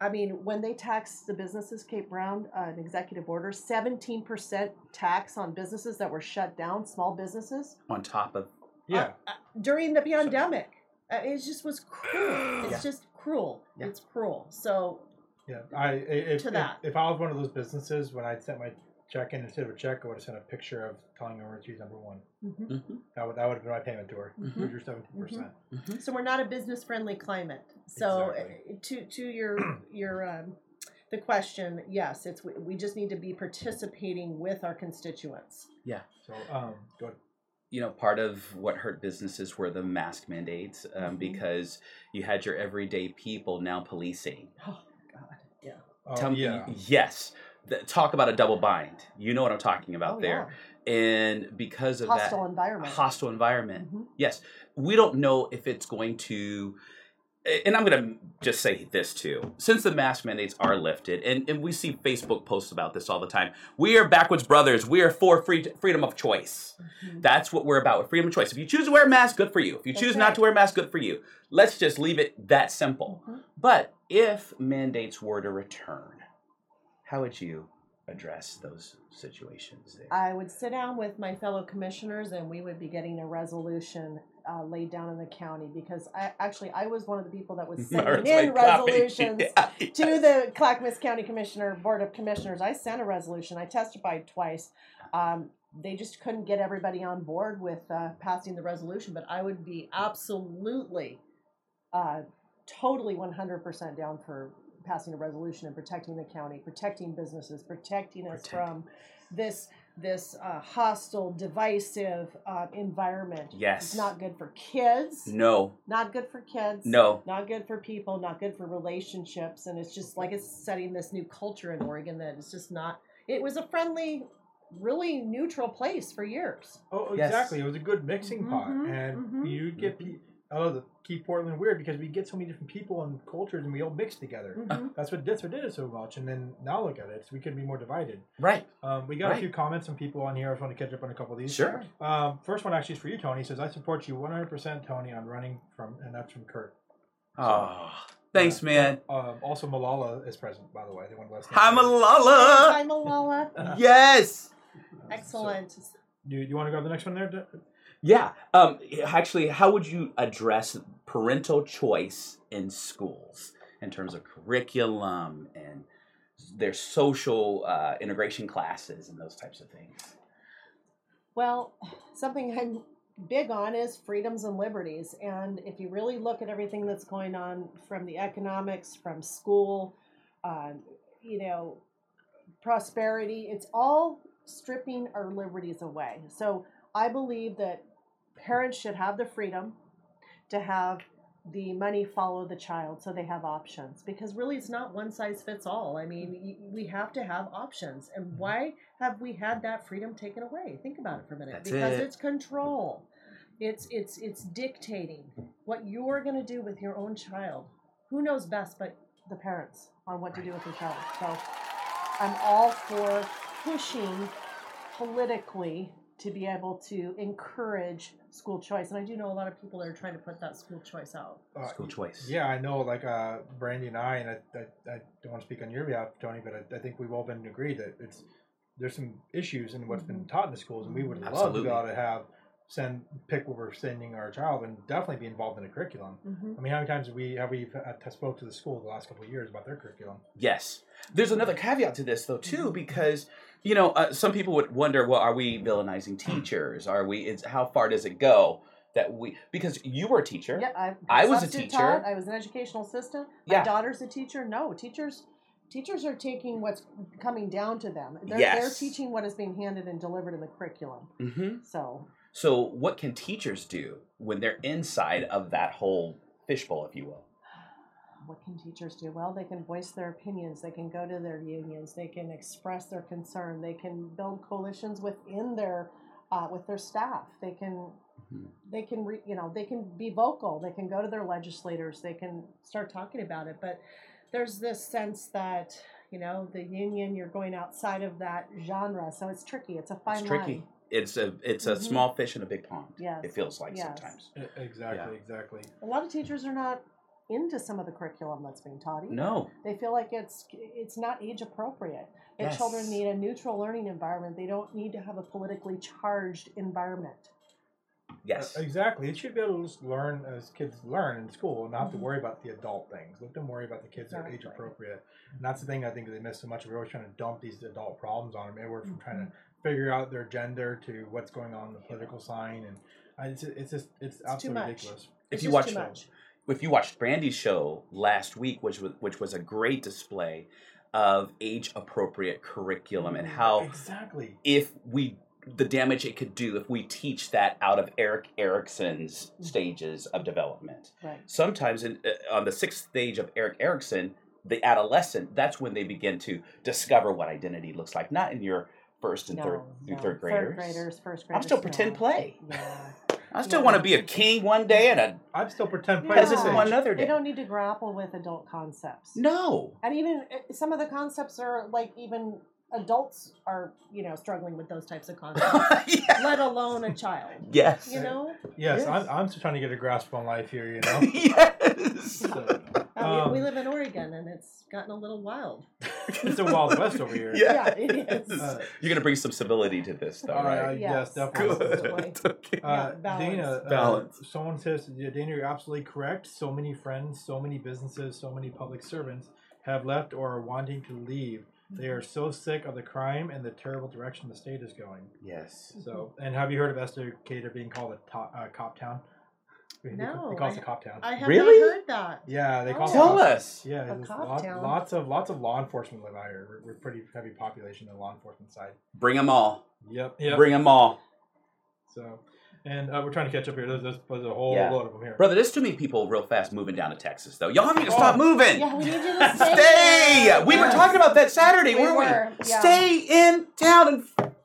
I mean, when they taxed the businesses, Cape Brown, uh, an executive order, 17% tax on businesses that were shut down, small businesses, uh, On top of Yeah, during the pandemic. Uh, it just was cruel. It's Yeah. just cruel. Yeah. It's cruel. So, Yeah, I i- if, To if, that. if I was one of those businesses when I sent my check in instead of a check, I would have sent a picture of telling them where to choose number one. mhm. Mm-hmm. That would that would have been my payment to her. Mhm. Here's your seventeen percent. so we're not a business friendly climate. So Exactly. uh, to to your your um, the question, yes, it's we, we just need to be participating with our constituents. So um, go ahead. you know, part of what hurt businesses were the mask mandates um, Mhm. because you had your everyday people now policing. Oh God, yeah. Oh, Tell me, yeah, yes, Th- talk about a double bind. You know what I'm talking about oh, there, and because yeah. of hostile that environment. hostile environment, Mhm. yes, we don't know if it's going to. And I'm going to just say this too. Since the mask mandates are lifted, and, and we see Facebook posts about this all the time, we are backwards brothers. We are for free, freedom of choice. Mhm. That's what we're about with freedom of choice. If you choose to wear a mask, good for you. If you That's choose right. not to wear a mask, good for you. Let's just leave it that simple. Mhm. But if mandates were to return, how would you address those situations there? I would sit down with my fellow commissioners, and we would be getting a resolution uh, laid down in the county because I actually I was one of the people that was sending Mara's in like, "Copy." resolutions. Yeah, to yes. the Clackamas County Commissioner Board of Commissioners. I sent a resolution. I testified twice. Um, they just couldn't get everybody on board with uh, passing the resolution, but I would be absolutely, uh, totally 100% down for passing a resolution and protecting the county, protecting businesses, protecting us Protect. from this this uh, hostile, divisive uh, environment. Yes. It's not good for kids. No, Not good for kids no. not good for people, not good for relationships, and it's just like it's setting this new culture in Oregon that it's just not. It was a friendly, really neutral place for years. Oh, Yes. exactly. It was a good mixing pot, Mhm, and mhm. you get. pe I love the keep Portland weird because we get so many different people and cultures, and we all mix together. Mm-hmm. That's what that's what did it so much. And then now look at it; we could be more divided. Right. Um, we got Right. a few comments from people on here. I just want to catch up on a couple of these. Sure. Um, first one actually is for you, Tony. It says I support you 100%, Tony, on running from, and that's from Kurt. Oh, thanks, Uh, man. Um, also, Malala is present, by the way. They want to let us know. Hi, Malala. Hi, Malala. Yes. Excellent. Do you, do you want to grab the next one there? D- Yeah. Um, actually, how would you address parental choice in schools in terms of curriculum and their social uh, integration classes and those types of things? Well, something I'm big on is freedoms and liberties. And if you really look at everything that's going on from the economics, from school, um, you know, prosperity, it's all stripping our liberties away. So I believe that parents should have the freedom to have the money follow the child so they have options because really it's not one size fits all i mean y- we have to have options Mm-hmm. and why have we had that freedom taken away think about it for a minute That's because it. it's control it's it's it's dictating what you're going to do with your own child who knows best but the parents on what to do with your child so i'm all for pushing politically to be able to encourage school choice. And I do know a lot of people that are trying to put that school choice out. Uh, School choice. Yeah, I know. Like uh, Brandy and I, and I, I, I don't want to speak on your behalf, Tony, but I, I think we've all been agreed that it's there's some issues in what's been taught in the schools, and we would love to Absolutely. be able to have send pick what we're sending our child, and definitely be involved in the curriculum. I mean, how many times we have we uh, spoke to the school the last couple of years about their curriculum? Yes. There's another caveat to this though too, because you know uh, some people would wonder, well, are we villainizing Hmm. teachers? Are we? It's how far does it go that we? Because you were a teacher. Yeah, I, I was a substitute teacher. Taught, I was an educational assistant. My Yeah. daughter's a teacher. No, teachers teachers are taking what's coming down to them. They're, they're Yes. teaching what is being handed and delivered in the curriculum. hmm So So what can teachers do when they're inside of that whole fishbowl, if you will? what can teachers do? Well, they can voice their opinions. They can go to their unions. They can express their concern. They can build coalitions within their uh, with their staff. They can Mhm. they can re, you know they can be vocal. They can go to their legislators. They can start talking about it. But there's this sense that you know the union you're going outside of that genre, so it's tricky. It's a fine It's tricky. line. It's a it's a Mhm. small fish in a big pond. Yes. It feels like Yes. sometimes. E, Exactly, exactly. A lot of teachers are not into some of the curriculum that's being taught either. No. They feel like it's it's not age appropriate. That Yes. children need a neutral learning environment. They don't need to have a politically charged environment. Yes. Uh, Exactly. It should be able to just learn as kids learn in school and not have to Mhm. worry about the adult things. Let them worry about the kids that are age Exactly. appropriate. And that's the thing I think they miss so much. We're always trying to dump these adult problems on them. Maybe we're from trying to figure out their gender to what's going on in the political sign. And I- it's, it's just, it's, absolutely much. ridiculous. if It's you just watch too much. if you watched Brandy's show last week, which was which was a great display of age appropriate curriculum Mm. and how Exactly. if we the damage it could do if we teach that out of Eric Erickson's Mm-hmm. stages of development. right? Sometimes in, uh, on the sixth stage of Eric Erickson, the adolescent, that's when they begin to discover what identity looks like. Not in your first and third through third graders. first I'm graders. still no. pretend play. Yeah. I still Yeah. want to be a king one day and a I'm still pretend Yeah. play. peasant Peasants and this age. one other They day. don't need to grapple with adult concepts. no. And even uh, some of the concepts are like even adults are you know struggling with those types of concepts, Yeah. let alone a child. Yes. You know, Yes, Yes. I'm, I'm still trying to get a grasp on life here, you know? yes. So, Uh, we, we Um, live in Oregon and it's gotten a little wild. it's a wild west over here. Yes. Yeah, it is. Uh, You're gonna bring some civility to this, though, all right, right? I- yes, Yes. definitely. Good. okay. Yeah, Uh, balance. Dana, uh, Balance. someone says, yeah, Dana, you're absolutely correct. So many friends, so many businesses, so many public servants have left or are wanting to leave. They are so sick of the crime and the terrible direction the state is going. Yes. So, Mm-hmm. and have you heard of Estacada being called a to- uh, cop town? They- they- No, they call us I- a cop town. I have Really? not heard that. yeah, they call Oh. us. Tell cop- us. Yeah, A there's cop lot- town. lots of lots of law enforcement live out here. We're, we're pretty heavy population on the law enforcement side. Bring them all. Yep. Bring 'em Yep. Bring them all, So, and uh, we're trying to catch up here. There's, there's, there's a whole Yeah. load of them here. brother. There's too many people real fast moving down to Texas, though. Y'all need to stop Oh. moving. Yeah, we need you to stay. Stay. there. We were Yes. talking about that Saturday, We weren't were, we? yeah. Stay in town and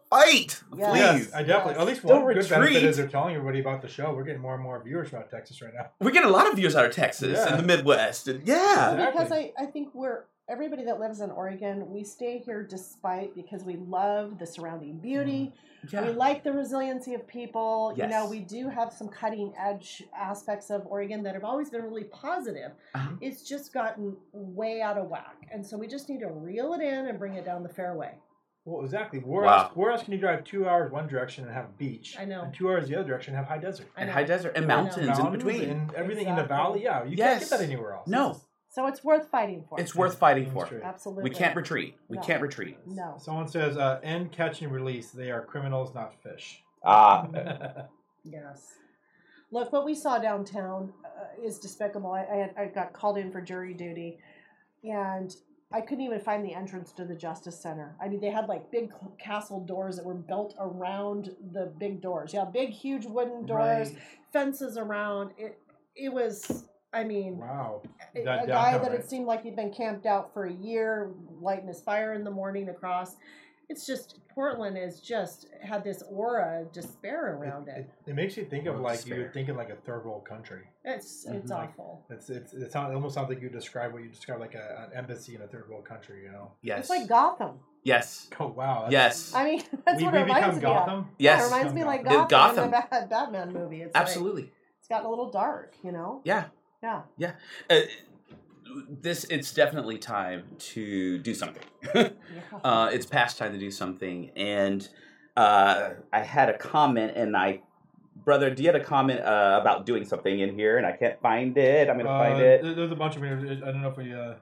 fight, Yes. please. Yes, I definitely. At least Don't one good benefit retreat. is they're telling everybody about the show. We're getting more and more viewers about Texas right now. we get a lot of views out of Texas Yeah. and the Midwest, and yeah, Well, because I, Exactly. I think we're everybody that lives in Oregon, we stay here despite because we love the surrounding beauty. We like the resiliency of people. You know, Mm, Yes. we do have some cutting edge aspects of Oregon that have always been really positive. Uh-huh. It's just gotten way out of whack. And so we just need to reel it in and bring it down the fairway. Well, exactly. Where, Wow. else, where else can you drive two hours one direction and have a beach? I know. And two hours the other direction and have high desert. I and know. high desert and I know. mountains, in Mountains between. And everything in the Exactly. valley. Yeah, you Yes. can't get that anywhere else. No. This is- So it's worth fighting for. it's worth fighting for. Straight. Absolutely. We can't retreat. We No. can't retreat. No. Someone says, uh, end, catch, and release. They are criminals, not fish. Ah, Yes. Look, what we saw downtown uh, is despicable. I, I, had, I got called in for jury duty, and I couldn't even find the entrance to the Justice Center. I mean, they had like big cl- castle doors that were built around the big doors. Yeah, big, huge wooden doors, Right. fences around. It, it was, I mean, Wow. a, Down- a guy downtown, that right? it seemed like he'd been camped out for a year, lighting his fire in the morning across. It's just Portland is just had this aura of despair around It, it. it makes you think Oh, of like despair. you would think of like a third world country. It's Mm-hmm. it's Mhm. awful. It's it's it's not, it almost sounds like you describe what you describe like a, an embassy in a third world country. You know. Yes. It's like Gotham. yes. Oh wow. that's- Yes. I mean, that's we, what we it reminds become me of. Gotham. Yeah, it yes. reminds me like Gotham. Gotham, Did in the Bat- Batman movie. It's like- Absolutely. it's gotten a little dark, you know. yeah. Yeah. Uh, this it's definitely time to do something. Yeah. uh, it's past time to do something, and uh, I had a comment, and I, brother, do you had a comment uh, about doing something in here, and I can't find it. I'm gonna Uh, find it. there- There's a bunch of them. here. I don't know if we uh,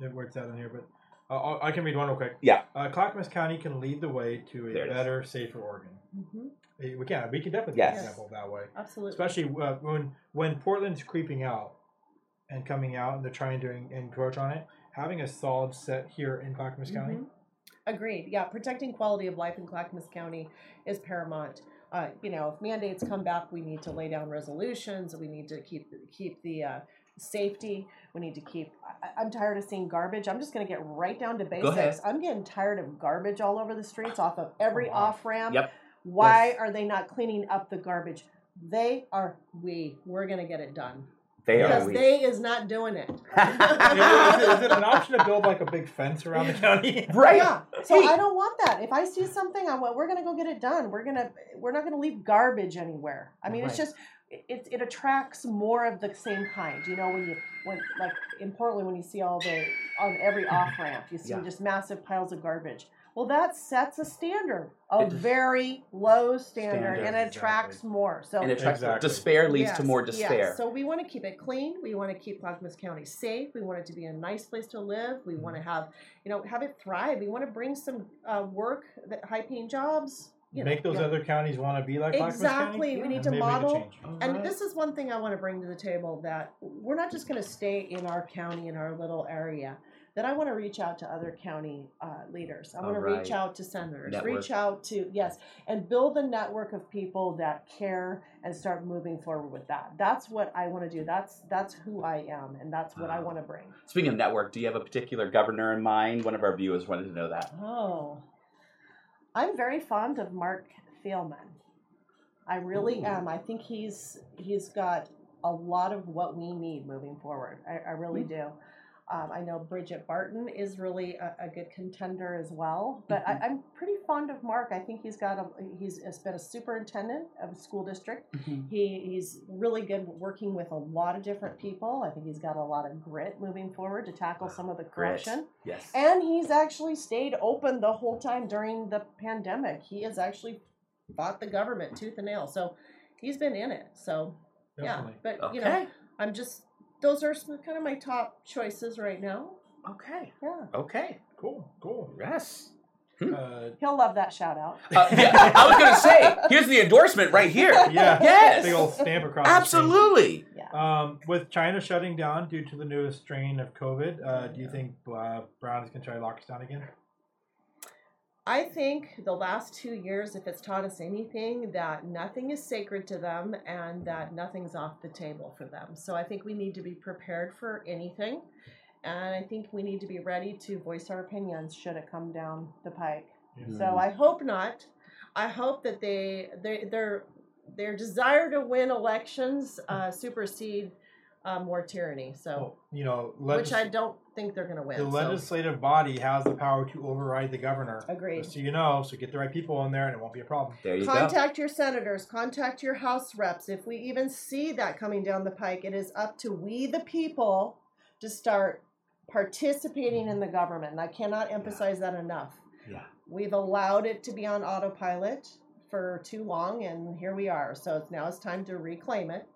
it works out in here, but uh, I'll- I can read one real quick. Yeah. Uh, Clackamas County can lead the way to a There it is. better, safer Oregon. hmm Eh, We can. We can definitely Yes. be an example that way. Absolutely. Especially uh, when when Portland's creeping out and coming out, and they're trying to en- encroach on it. Having a solid set here in Clackamas County. Mhm. Agreed. Yeah, protecting quality of life in Clackamas County is paramount. Uh, you know, if mandates come back, we need to lay down resolutions. We need to keep keep the uh, safety. We need to keep. I, I'm tired of seeing garbage. I'm just going to get right down to basics. ahead. I'm getting tired of garbage all over the streets, off of every Wow. off ramp. Yep. Why Yes. are they not cleaning up the garbage? They are we. We're going to get it done They because are weak. they is not doing it. Mm-hmm. Is it- is it- is it an option to build like a big fence around the county? right. Yeah. So Hey. I don't want that. If I see something, I want we're gonna go get it done. We're gonna we're not gonna leave garbage anywhere. I mean, it's Right. just it it attracts more of the same kind. You know, when you when like in Portland, when you see all the on every off ramp, you see Yeah. just massive piles of garbage. Well, that sets a standard, a It- very low standard, Standard, and it attracts exactly. more. So And it attracts Exactly. despair leads to Yes, more yes. despair. So we want to keep it clean. We want to keep Clackamas County safe. We want it to be a nice place to live. We Mm-hmm. want to have, you know, have it thrive. We want to bring some uh, work, that high paying jobs. You Make know, those yeah. other counties want to be like Clackamas County. Exactly. We need and to maybe make a model. change. And this is one thing I want to bring to the table that we're not just going to stay in our county, in our little area. That I want to reach out to other county uh, leaders. I want to reach Alright. out to senators, Network. reach out to, yes, and build a network of people that care and start moving forward with that. That's what I want to do. That's that's who I am, and that's what I Wow. want to bring. Speaking of network, do you have a particular governor in mind? One of our viewers wanted to know that. Oh, I'm very fond of Mark Thielman. I really Ooh. am. I think he's he's got a lot of what we need moving forward. I, I really do. Um, I know Bridget Barton is really a, a good contender as well, but I, I'm pretty fond of Mark. I think he's got a he's has been a superintendent of a school district. He, he's really good working with a lot of different people. I think he's got a lot of grit moving forward to tackle some of the Great. corruption. Yes. And he's actually stayed open the whole time during the pandemic. He has actually fought the government tooth and nail. So he's been in it. So Definitely. yeah, but okay. you know, I'm just those are some, kind of my top choices right now. okay. Yeah, Okay. Cool, cool. Yes. Uh, he'll love that shout out. Uh, yeah, I was gonna say, here's the endorsement right here. yeah. Yes. Big old stamp across. the screen. Absolutely. Um, with China shutting down due to the newest strain of COVID, uh, do you think uh, Browns can try to lock us down again? I think the last two years, if it's taught us anything, that nothing is sacred to them and that nothing's off the table for them. So I think we need to be prepared for anything. And I think we need to be ready to voice our opinions should it come down the pike. Hmm. uh, So I hope not. I hope that they, they their their desire to win elections uh, supersede uh, more tyranny. So, Well, you know, which legis- I don't think they're going to win. the so. legislative body has the power to override the governor. Agreed. Just so you know, so get the right people in there, and it won't be a problem. there you go. Contact your senators, contact your House reps. If we even see that coming down the pike, it is up to we, the people, to start participating in the government. And I cannot emphasize that enough. Yeah. We've allowed it to be on autopilot for too long, and here we are. So it's, now it's time to reclaim it.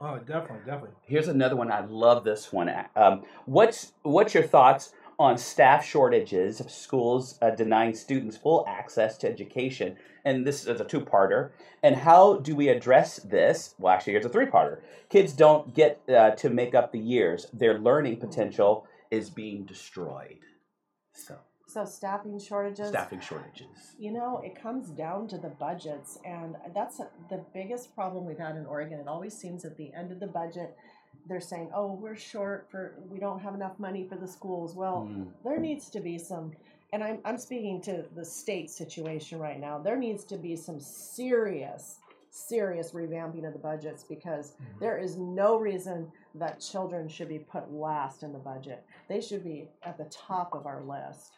Oh, definitely, definitely. Here's another one. I love this one. Um, what's What's your thoughts on staff shortages of schools uh, denying students full access to education? And this is a two parter. And how do we address this? Well, actually, here's a three parter. Kids don't get uh, to make up the years. Their learning potential is being destroyed. So So staffing shortages. staffing shortages. You know, it comes down to the budgets, and that's the biggest problem we've had in Oregon. It always seems at the end of the budget, they're saying, "Oh, we're short for we don't have enough money for the schools." Well, Mm. there needs to be some, and I'm I'm speaking to the state situation right now. There needs to be some serious, serious revamping of the budgets because there is no reason that children should be put last in the budget. They should be at the top of our list.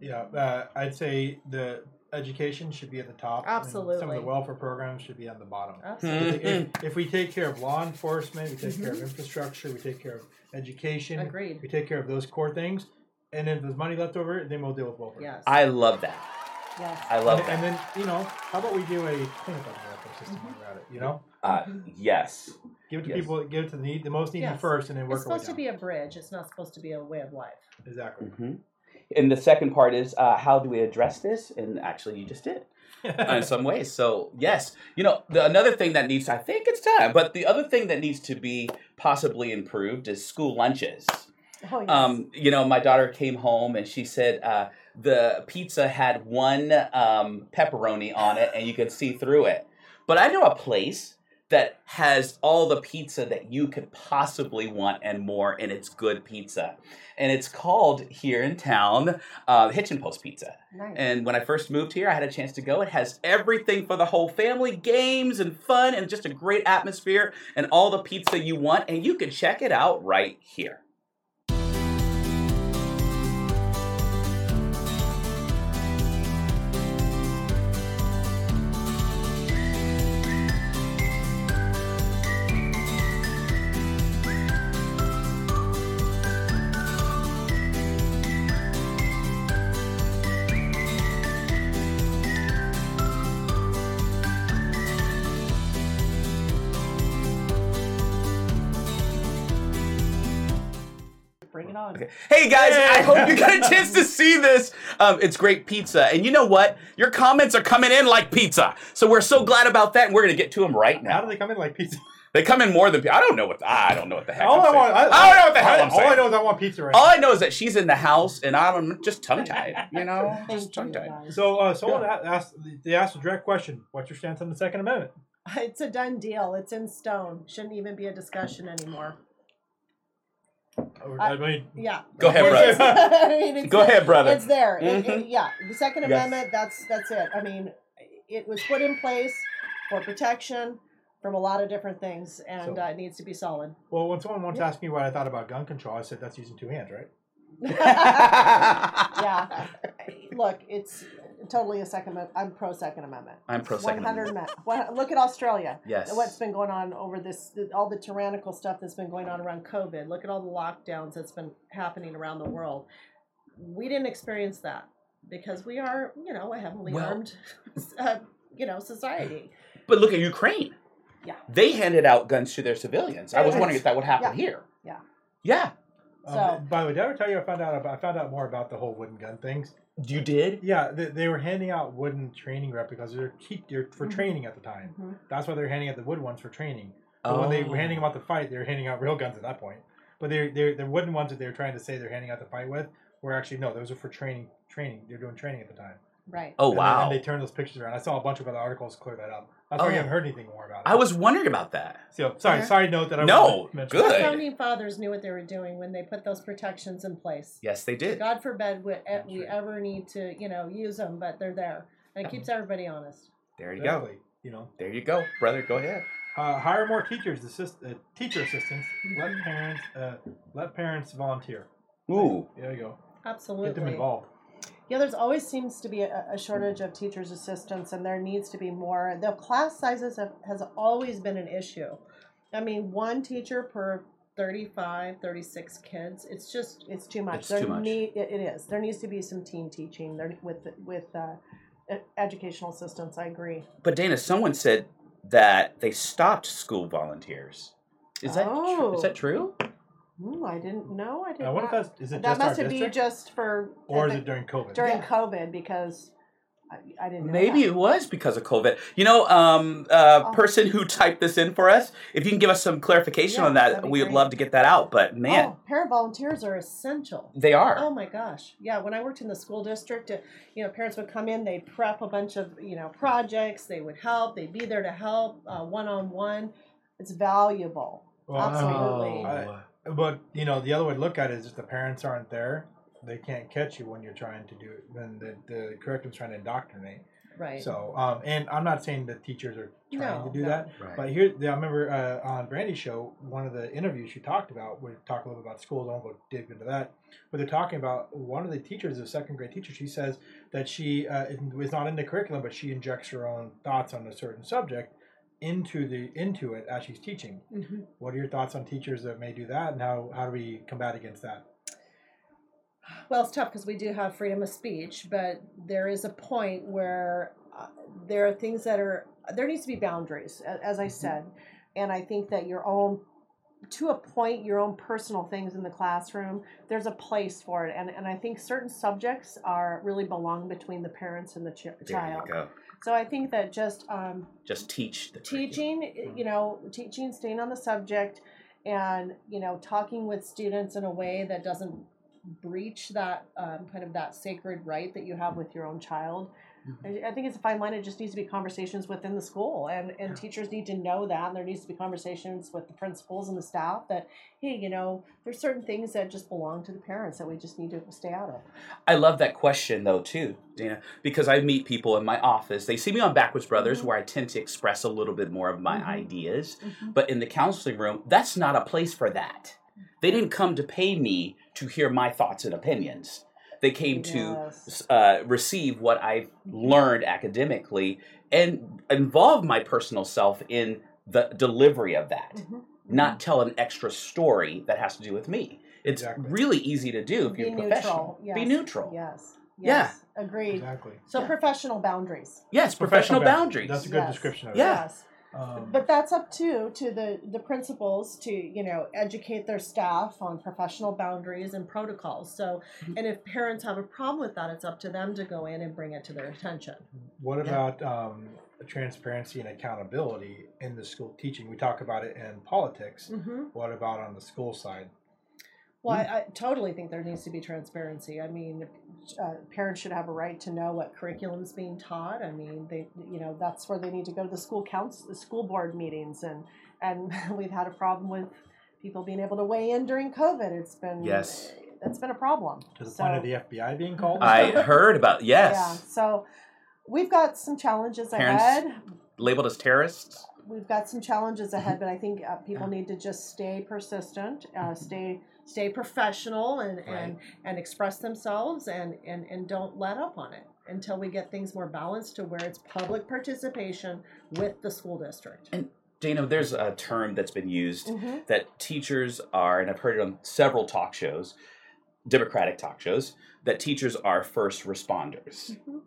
Yeah, uh, I'd say the education should be at the top. and Some of Absolutely. the welfare programs should be on the bottom. Absolutely. If, if- if we take care of law enforcement, we take care of infrastructure, we take care of education, Mm-hmm. Agreed. we take care of those core things, and if there's money left over, then we'll deal with welfare. Yes. I love that. yes. I love And, that. and then you know, how about we do a cleanup of the welfare system Mm-hmm. around it? You know, Uh, yes. give it to Yes. people, give it to the need, the most needy Yes. first, and then work It's supposed our to way be a bridge. It's not supposed to be a way of life. down. exactly. hmm And the second part is uh, how do we address this? And actually, you just did in some ways. So yes, you know the, another thing that needs I think it's time, but the other thing that needs to be possibly improved is school lunches. Oh, yes. Um, you know, my daughter came home and she said uh, the pizza had one um, pepperoni on it, and you could see through it. But I know a place that has all the pizza that you could possibly want and more, and it's good pizza. And it's called here in town uh, Hitchin Post Pizza. nice. And when I first moved here, I had a chance to go. It has everything for the whole family games and fun and just a great atmosphere and all the pizza you want. And you can check it out right here. Bring it on. Hey guys, I hope you got a chance to see this. Um, it's great pizza. And you know what? Your comments are coming in like pizza. So we're so glad about that. And we're going to get to them right How now. do they come in like pizza? They come in more than I don't know what the, I don't know what the heck. All I'm I saying. want, I, I don't know what the hell I, I'm all saying. I know is I want pizza right now. All I know is that she's in the house and I'm just tongue tied, you know? Just Thank you, tongue tied. guys. So uh, someone a- asked, they asked a direct question: What's your stance on the Second Amendment? It's a done deal. It's in stone. Shouldn't even be a discussion anymore. Or, I- I mean, Yeah. Go ahead, It's- brother. I mean, it's Go there. ahead, brother. It's there. It- it- Mhm. yeah. The Second Yes. Amendment. That's that's it. I mean, it was put in place for protection from a lot of different things, and So- uh, it needs to be solid. well, when someone once asked me what I thought about gun control, I said that's using two hands, right? yeah. Look, it's totally a second. Amendment. I'm pro Second Amendment. I'm pro One Second hundred. Amendment. Look at Australia. Yes. What's been going on over this? All the tyrannical stuff that's been going on around COVID. Look at all the lockdowns that's been happening around the world. We didn't experience that because we are, you know, a heavily Well- armed, uh, you know, society. But look at Ukraine. Yeah. They handed out guns to their civilians. I was Right. wondering if that would happen Yeah. here. Yeah. Yeah. So- Uh, by the way, did I ever tell you I found out about, I found out more about the whole wooden gun things? You did? Yeah, they, they were handing out wooden training replicas. They're cheap they're for Mm-hmm. Mhm. training at the time. That's why they were handing out the wood ones for training. But when Oh. they were handing them out to fight, they were handing out real guns at that point. But they they the wooden ones that they were trying to say they're handing out to fight with were actually no, those are for training. Training. They're doing training at the time. Right. Oh, And then- wow. And they turned those pictures around. I saw a bunch of other articles clear that up. That's why Oh. you haven't heard anything more about it. I was wondering about that. so sorry. Yeah. Sorry, note that I No, wasn't mentioned. The Oh, good. founding fathers knew what they were doing when they put those protections in place. Yes, they did. God forbid we, eh, we right. ever need to, you know, use them, but they're there, and it keeps everybody honest. There you go. Exactly. You know, There you go. Brother, go ahead. uh, hire more teachers, assist, uh, teacher assistants. Let parents, uh, let parents volunteer. Ooh. There you go. Absolutely. Get them involved. Yeah, there's always seems to be a, a shortage of teachers' assistants, and there needs to be more. The class sizes have, has always been an issue. I mean, one teacher per 35, 36 kids. It's just it's too much. It's too much. Need, it, it is. There needs to be some teen teaching there with with uh, e- educational assistants. I agree. But Dana, someone said that they stopped school volunteers. Is that tr- Oh. is that true? Hmm, I didn't know. I didn't. I wonder if that's is it that just our must have district been just for or is the- it during COVID? during Yeah. COVID because I, I didn't know Maybe that. Oh. it was because of COVID. You know, um, uh, person who typed this in for us, if you can give us some clarification Yeah, on that, that'd be we would great. love to get that out. But man, Oh, paravolunteers are essential. they are. Oh my gosh. Yeah, when I worked in the school district, uh, you know, parents would come in, they'd prep a bunch of, you know, projects, they would help, they'd be there to help one on one. It's valuable. Well, Absolutely. Oh. I- But you know, the other way to look at it is if the parents aren't there, they can't catch you when you're trying to do it. When the, the curriculum's trying to indoctrinate. Right. So, um, and I'm not saying that teachers are trying No, to do no. that, Right. but here I remember uh, on Brandy's show, one of the interviews she talked about, we talked a little bit about schools. I won't go deep into that, but they're talking about one of the teachers, a second grade teacher. She says that she uh, is not in the curriculum, but she injects her own thoughts on a certain subject into the into it as she's teaching. Mhm. What are your thoughts on teachers that may do that, and how how do we combat against that? Well, it's tough because we do have freedom of speech, but there is a point where uh, there are things that are, there needs to be boundaries, a- as Mm-hmm. I said. And I think that your own, to a point, your own personal things in the classroom, there's a place for it. And, and I think certain subjects are really belong between the parents and the ch- there you child. go. So I think that just um, Just teach the curriculum. teaching eh, you know teaching staying on the subject and you know talking with students in a way that doesn't breach that um, kind of that sacred right that you have with your own child Mm-hmm. I, I think it's a fine line it just needs to be conversations within the school and and teachers need to know that and there needs to be conversations with the principals and the staff that hey you know there's certain things that just belong to the parents that we just need to stay out of I love that question though too, Dana, because I meet people in my office. They see me on Backwards Brothers, Mhm. where I tend to express a little bit more of my Mhm. ideas. But in the counseling room, that's not a place for that. They didn't come to pay me to hear my thoughts and opinions. They came Yes. to uh, receive what I've learned academically and involve my personal self in the delivery of that Mhm. not tell an extra story that has to do with me. It's Exactly. really easy to do if Be you're neutral, professional. Be yes, neutral. yes Yeah. yes agreed Exactly. so Yeah. professional boundaries Yes, professional, boundaries. That's a good Yes. description of Yeah. yes it. Um, But that's up to to the the principals to you know educate their staff on professional boundaries and protocols. So, and if parents have a problem with that, it's up to them to go in and bring it to their attention. What Yeah. about um, transparency and accountability in the school teaching? We talk about it in politics. Mm-hmm. What about on the school side? Well, Hmm. I, I totally think there needs to be transparency. I mean, uh, parents should have a right to know what curriculum's being taught. I mean, they, you know, that's where they need to go to the school council, the school board meetings, and and we've had a problem with people being able to weigh in during COVID. It's been Yes. that's been a problem. To the So- point of the FBI being called? I heard about yes, Yeah, so we've got some challenges Parents- ahead. labeled as terrorists. We've got some challenges ahead, but I think uh, people need to just stay persistent, uh, stay stay professional, and, and and express themselves, and and and don't let up on it until we get things more balanced to where it's public participation with the school district. And Dana, there's a term that's been used Mhm. that teachers are, and I've heard it on several talk shows, Democratic talk shows, that teachers are first responders. Mhm.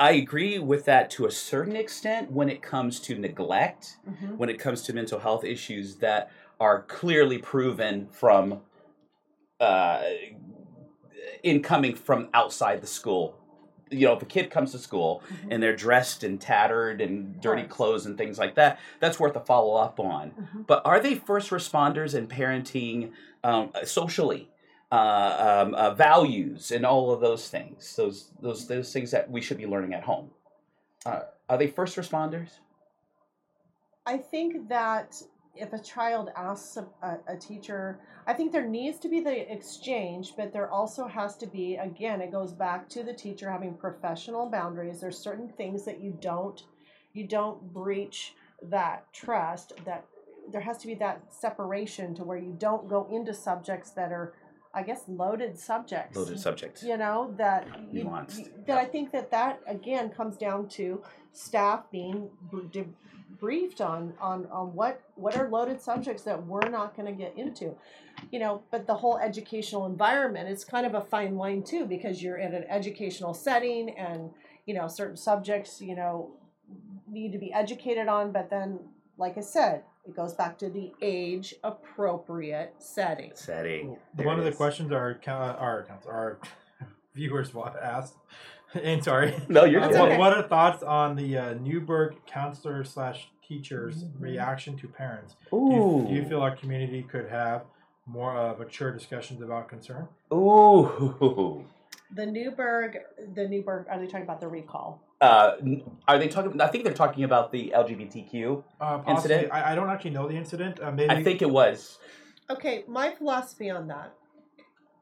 I agree with that to a certain extent when it comes to neglect. Mm-hmm. when it comes to mental health issues that are clearly proven from uh, incoming from outside the school. You know, if a kid comes to school Mhm. and they're dressed in tattered and dirty Right. clothes and things like that, that's worth a follow up on. Mhm. But are they first responders in parenting um, socially? Uh, um, uh, values and all of those things, those those those things that we should be learning at home. Uh, are they first responders? I think that if a child asks a, a, a teacher, I think there needs to be the exchange, but there also has to be, again, it goes back to the teacher having professional boundaries. There's certain things that you don't, you don't breach that trust. That there has to be that separation to where you don't go into subjects that are, I guess, loaded subjects Loaded subject. you know that you- Nuanced. you- that i think that that again comes down to staff being br- de- briefed on on on what what are loaded subjects that we're not going to get into you know but the whole educational environment it's kind of a fine line too because you're in an educational setting and you know certain subjects you know need to be educated on but then like i said it goes back to the age appropriate setting setting. The There one it of the is. questions our, coun- our, coun- our viewers wa- asked. And sorry. No, you're Uh, good. what, okay. what are thoughts on the uh, Newberg counselor slash teachers' Mm-hmm. reaction to parents? Do you, do you feel our community could have more uh, mature discussions about concern? Ooh. The Newberg, the Newberg. Are they talking about the recall? Uh, n- are they talking? I think they're talking about the LGBTQ. Uh, possibly. Incident? I, I don't actually know the incident. Uh, maybe I think it was. Okay, my philosophy on that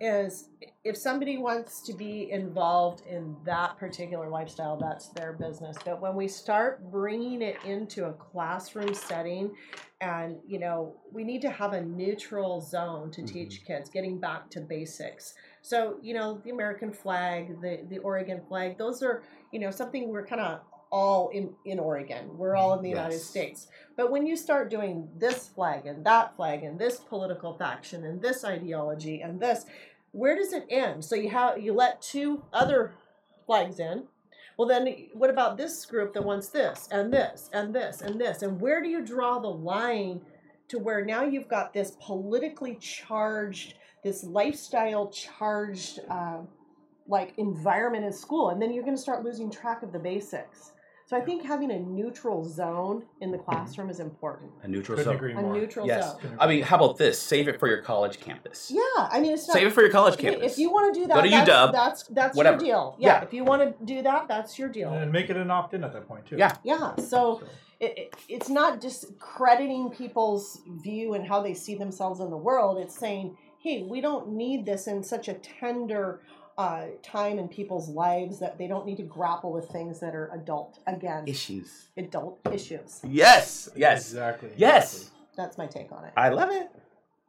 is if somebody wants to be involved in that particular lifestyle, that's their business. But when we start bringing it into a classroom setting, and you know, we need to have a neutral zone to teach kids, getting back to basics. So, you know, the American flag, the, the Oregon flag, those are, you know, something we're kind of all in, in Oregon. We're all in the United Yes. States. But when you start doing this flag and that flag and this political faction and this ideology and this, where does it end? So you have you let two other flags in. Well then what about this group that wants this and this and this and this? And where do you draw the line to where now you've got this politically charged, this lifestyle charged uh, like environment in school and then you're going to start losing track of the basics. So I think having a neutral zone in the classroom is important. A neutral couldn't zone. agree A more. neutral Yes. zone. I mean, how about this? Save it for your college campus. Yeah, I mean it's not. Save it for your college I mean, campus. If you want to do that, Go to that's, UW, That's that's whatever. your deal. Yeah, Yeah. If you want to do that, that's your deal. and make it an opt-in at that point too. Yeah. yeah. So it, it, it's not just crediting people's view and how they see themselves in the world. It's saying, hey, we don't need this in such a tender uh, time in people's lives that they don't need to grapple with things that are adult again, Issues. adult issues. Yes. Yes. Exactly. Yes. exactly. That's my take on it. I love it.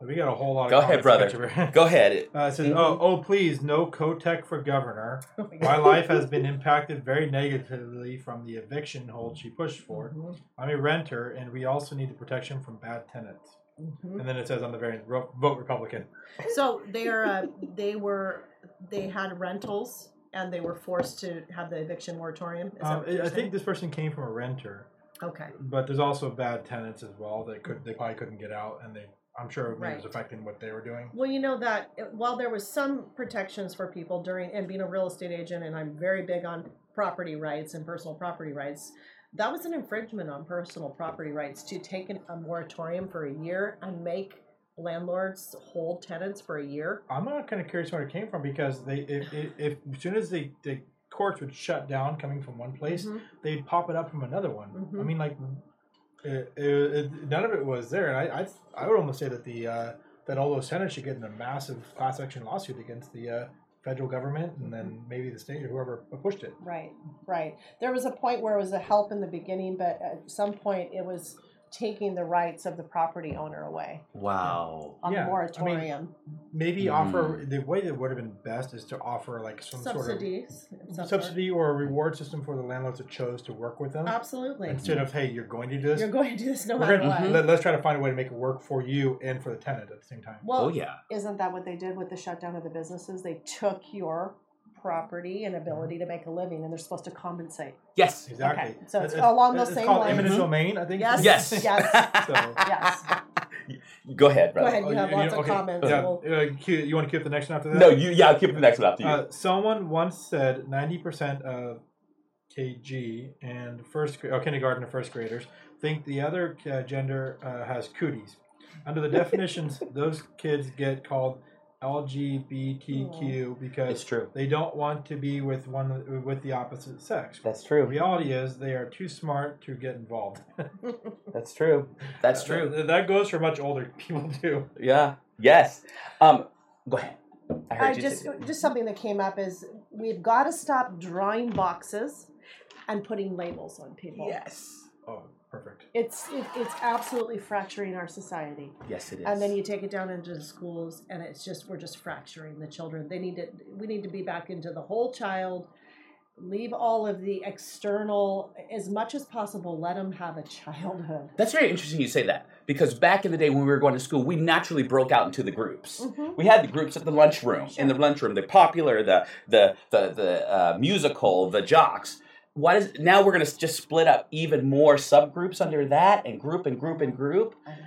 We got a whole lot of Go ahead, comments. Go ahead. Uh, it says, Mhm. oh, oh, please, no Kotech for governor. Oh My life has been impacted very negatively from the eviction hold she pushed for. Mm-hmm. I'm a renter, and we also need the protection from bad tenants. And then it says on the very ro- vote Republican. Mm-hmm. So they're uh, they were they had rentals and they were forced to have the eviction moratorium. Is that Um, what I you're I saying? think this person came from a renter, okay. but there's also bad tenants as well that could they probably couldn't get out, and they I'm sure it was Right. affecting what they were doing. Well, you know that uh, while there was some protections for people during and being a real estate agent, and I'm very big on property rights and personal property rights, that was an infringement on personal property rights to take an, a moratorium for a year and make landlords hold tenants for a year. I'm not kind of curious where it came from because they if, if, if as soon as the the courts would shut down coming from one place, Mhm. they'd pop it up from another one. I Mhm. mean, like it, it, it- none of it was there, and I I, I would almost say that the uh, that all those tenants should get in a massive class action lawsuit against the uh, federal government and then Mm-hmm. maybe the state or whoever pushed it. Right, right. There was a point where it was a help in the beginning, but at some point it was taking the rights of the property owner away Wow. on Yeah, I a mean, moratorium. Maybe offer the way that would have been best is to offer like some Subsidies. of sort of some subsidy or a reward system for the landlords that chose to work with them sort. Absolutely. instead of hey you're going to do this You're going to do this no We're matter gonna, Mm-hmm. what. let, us try to find a way to make it work for you and for the tenant at the same time. Well, Oh yeah. isn't that what they did with the shutdown of the businesses? They took your property Mm-hmm. and ability to make a living and they're supposed to compensate. Yes. Exactly. so it's along those same called lines. eminent Mhm. domain, I think. Yes. Yes. Yes. So- oh, Yes. Go ahead, brother. Go ahead. You have lots of comments. Yeah. We'll- uh, cue- you want to cue up the next one after that? No, you. Yeah, I'll keep the next one after you. Uh, someone once said 90% of KG and first gra- oh, kindergarten and first graders think the other uh, gender uh, has cooties. Under the definitions, those kids get called LGBTQ because true. they don't want to be with one with the opposite sex. That's The true. reality is they are too smart to get involved. That's true. That's true. That, that goes for much older people too. Yeah. Yes. Um. Go ahead. I heard I you. just say- just something that came up is we've got to stop drawing boxes and putting labels on people. yes. Oh, perfect. It's it, it's absolutely fracturing our society. Yes, it is. And then you take it down into the schools and it's just we're just fracturing the children. They need to we need to be back into the whole child. Leave all of the external as much as possible. Let them have a childhood. That's very interesting you say that because back in the day when we were going to school, we naturally broke out into the groups. Mm-hmm. We had the groups at the lunchroom, in the lunchroom, the popular, the the the the uh, musical, the jocks. Why does now we're going to just split up even more subgroups under that and group and group and group? I know.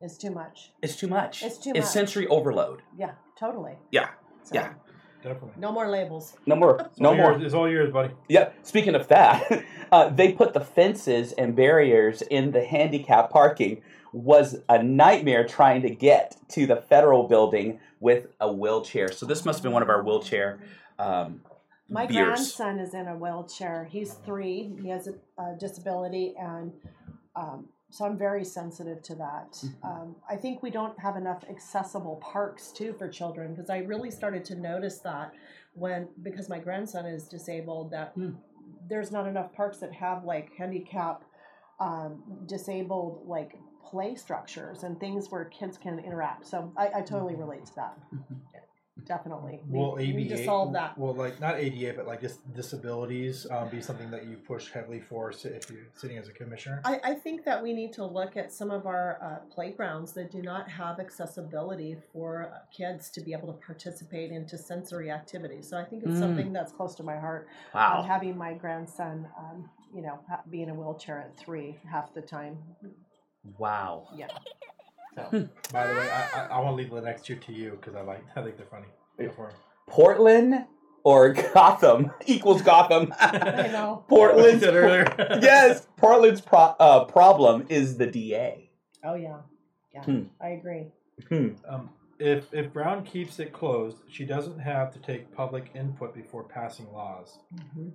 It's too much. It's too much. It's too It's much. sensory overload. Yeah, totally. Yeah. So, Yeah. Definitely. No more labels. No more. It's No all more. yours- It's all yours, buddy. Yep. Speaking of that, uh, they put the fences and barriers in the handicap parking. Was a nightmare trying to get to the federal building with a wheelchair. So this must have been one of our wheelchair um, My beers. grandson is in a wheelchair. He's three. He has a, a disability, and um, so I'm very sensitive to that. Um, I think we don't have enough accessible parks too for children because I really started to notice that when because my grandson is disabled that there's not enough parks that have like handicap um, disabled like play structures and things where kids can interact. So I, I totally relate to that. Definitely. We- Will we, ABA need to solve that. Well, like not ADA, but like just disabilities um, be something that you push heavily for si- if you're sitting as a commissioner. I, I think that we need to look at some of our uh, playgrounds that do not have accessibility for uh, kids to be able to participate into sensory activities. So I think it's Mm. something that's close to my heart. Uh, Wow. having my grandson, um, you know, ha- be in a wheelchair at three half the time. Wow. Yeah. By the way, I, I, I want to leave the next two to you because I like I think they're funny. Go for 'em. Portland or Gotham equals Gotham. I know. Portland's I said earlier. yes. Portland's pro- uh, problem is the DA. Oh, yeah. Yeah. Hmm. I agree. Um, if if Brown keeps it closed, she doesn't have to take public input before passing laws. Mm-hmm.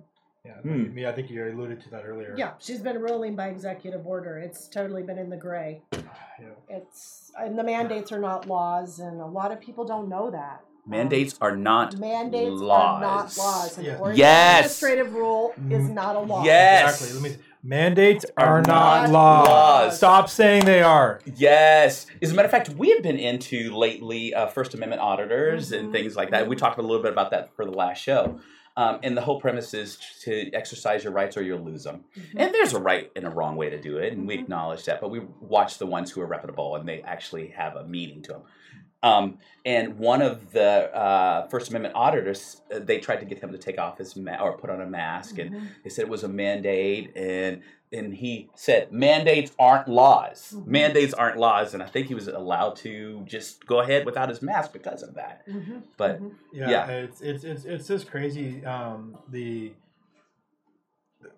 Yeah, I Hmm. mean, I think you alluded to that earlier. Yeah. She's been ruling by executive order. It's totally been in the gray. Yeah. It's, and the mandates are not laws, and a lot of people don't know that. Mandates are not mandates are not laws. laws. An Yeah. Oregon Yes. administrative rule is Mm. not a law. Yes. Exactly. Let me. Mandates Are are, not not, law. laws. Stop saying they are. Yes. As a matter of fact, we have been into lately uh, First Amendment auditors and Mhm. things like that. We talked a little bit about that for the last show. Um, and the whole premise is to exercise your rights or you'll lose them. Mm-hmm. And there's a right and a wrong way to do it, and we Mhm. acknowledge that. But we watch the ones who are reputable and they actually have a meaning to them. Um, and one of the uh, First Amendment auditors, uh, they tried to get him to take off his ma- or put on a mask, and Mhm. they said it was a mandate, and and he said mandates aren't laws. Mhm. Mandates aren't laws, and I think he was allowed to just go ahead without his mask because of that. Mhm. But Mhm. Yeah, Yeah. It's, it's it's it's just crazy. Um, the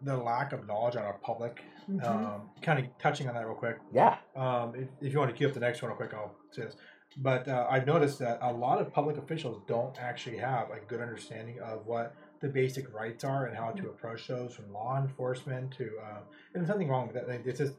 the lack of knowledge on our public. Mhm. Um, kind of touching on that real quick. Mm-hmm. yeah, Um, if, if you want to queue up the next one real quick, I'll say this. But uh, I've noticed that a lot of public officials don't actually have a good understanding of what the basic rights are and how Mm-hmm. to approach those from law enforcement to, uh, and there's nothing wrong with that. Like, It's just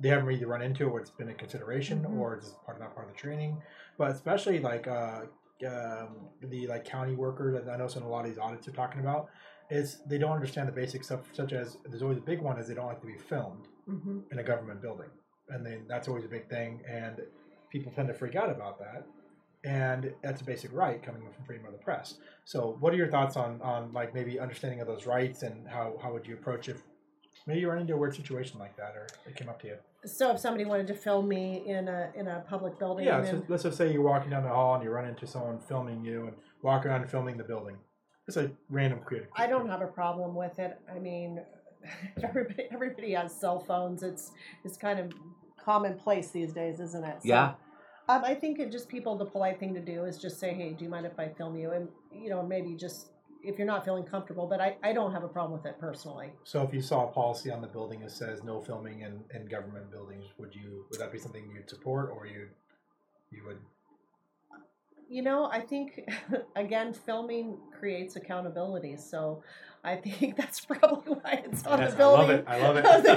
they haven't really run into it where it's been a consideration Mhm. or it's just part of not part of the training. But especially like uh, um, the like county workers, I I know some a lot of these audits are talking about, is they don't understand the basic stuff, such as there's always a big one is they don't like to be filmed Mhm. in a government building. And then that's always a big thing. And people tend to freak out about that. And that's a basic right coming from freedom of the press. So what are your thoughts on, on like maybe understanding of those rights and how, how would you approach if maybe you run into a weird situation like that or it came up to you? So if somebody wanted to film me in a in a public building, Yeah, and so then- let's just say you're walking down the hall and you run into someone filming you and walk around and filming the building. It's a random creative. I don't have a problem with it. I mean, everybody everybody has cell phones. It's it's kind of commonplace these days, isn't it? So, Yeah. Um, I think it just people the polite thing to do is just say, hey, do you mind if I film you? And you know maybe just if you're not feeling comfortable, but I, I don't have a problem with it personally. So if you saw a policy on the building that says no filming in, in government buildings, would you would that be something you'd support or you you would You know, I think again, filming creates accountability. So I think that's probably why it's on Yes, the building. I love it. I of love the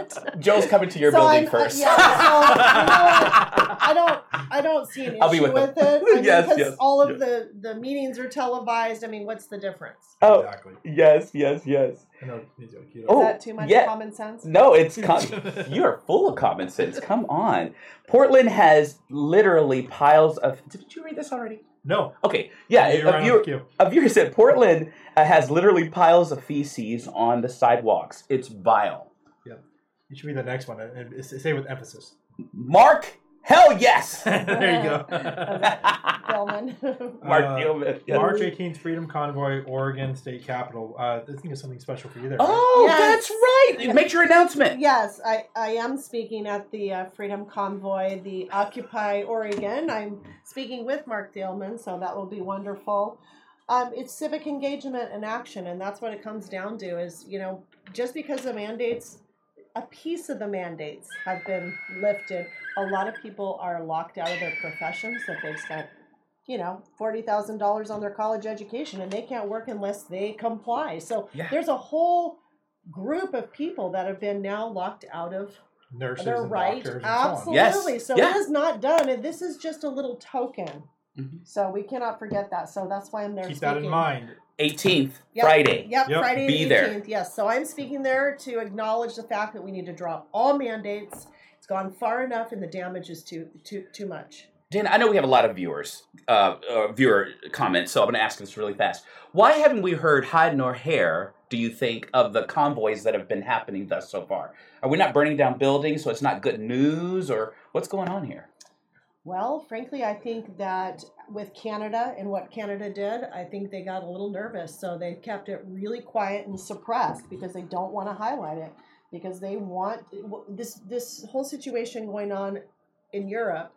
it. government. Joe's coming to your So building I'm- uh, first. yeah, so, I don't. I don't see an issue I'll be with, with it. I mean, Yes, 'cause yes, all of yes. the the meetings are televised. I mean, what's the difference? Oh. exactly. yes, yes, yes. I know it needs to be cute. Oh, Is that too much yeah. common sense? No, it's com- you are full of common sense. Come on, Portland has literally piles of. Did you read this already? no. Okay, yeah. you're a right on viewer- cue. a viewer said Portland uh, has literally piles of feces on the sidewalks. It's vile. You should be the next one. And it's- it's- say with emphasis. Mark, hell yes. there you go. Bellman. Uh, Mark Uh, Gilman. yeah. March 18th, Freedom Convoy, Oregon State Capitol. Uh, I think it's something special for you there. right? Oh, Yes. that's right. Make your announcement. Yes, I, I am speaking at the uh, Freedom Convoy, the Occupy Oregon. I'm speaking with Mark Thielman, so that will be wonderful. Um, it's civic engagement and action, and that's what it comes down to. Is you know, just because the mandates, a piece of the mandates have been lifted, a lot of people are locked out of their professions that they've spent, you know, forty thousand dollars on their college education, and they can't work unless they comply. So Yeah. there's a whole group of people that have been now locked out of Nurses they're and right. doctors and so Absolutely. on. Yes. So Yeah. it is not done, and this is just a little token. Mhm. So we cannot forget that. So that's why I'm there. Mm-hmm. Keep speaking. that in mind. 18th, Yep. Friday. Yep, Yep. Friday Be the there. 18th. Yes. So I'm speaking there to acknowledge the fact that we need to drop all mandates. It's gone far enough, and the damage is too too too much. Dan, I know we have a lot of viewers, uh, uh, viewer comments, so I'm going to ask this really fast. Why haven't we heard hide nor hair? Do you think of the convoys that have been happening thus so far? Are we not burning down buildings, so it's not good news, or what's going on here? Well, frankly, I think that with Canada and what Canada did, I think they got a little nervous. So they kept it really quiet and suppressed because they don't want to highlight it because they want this this whole situation going on in Europe.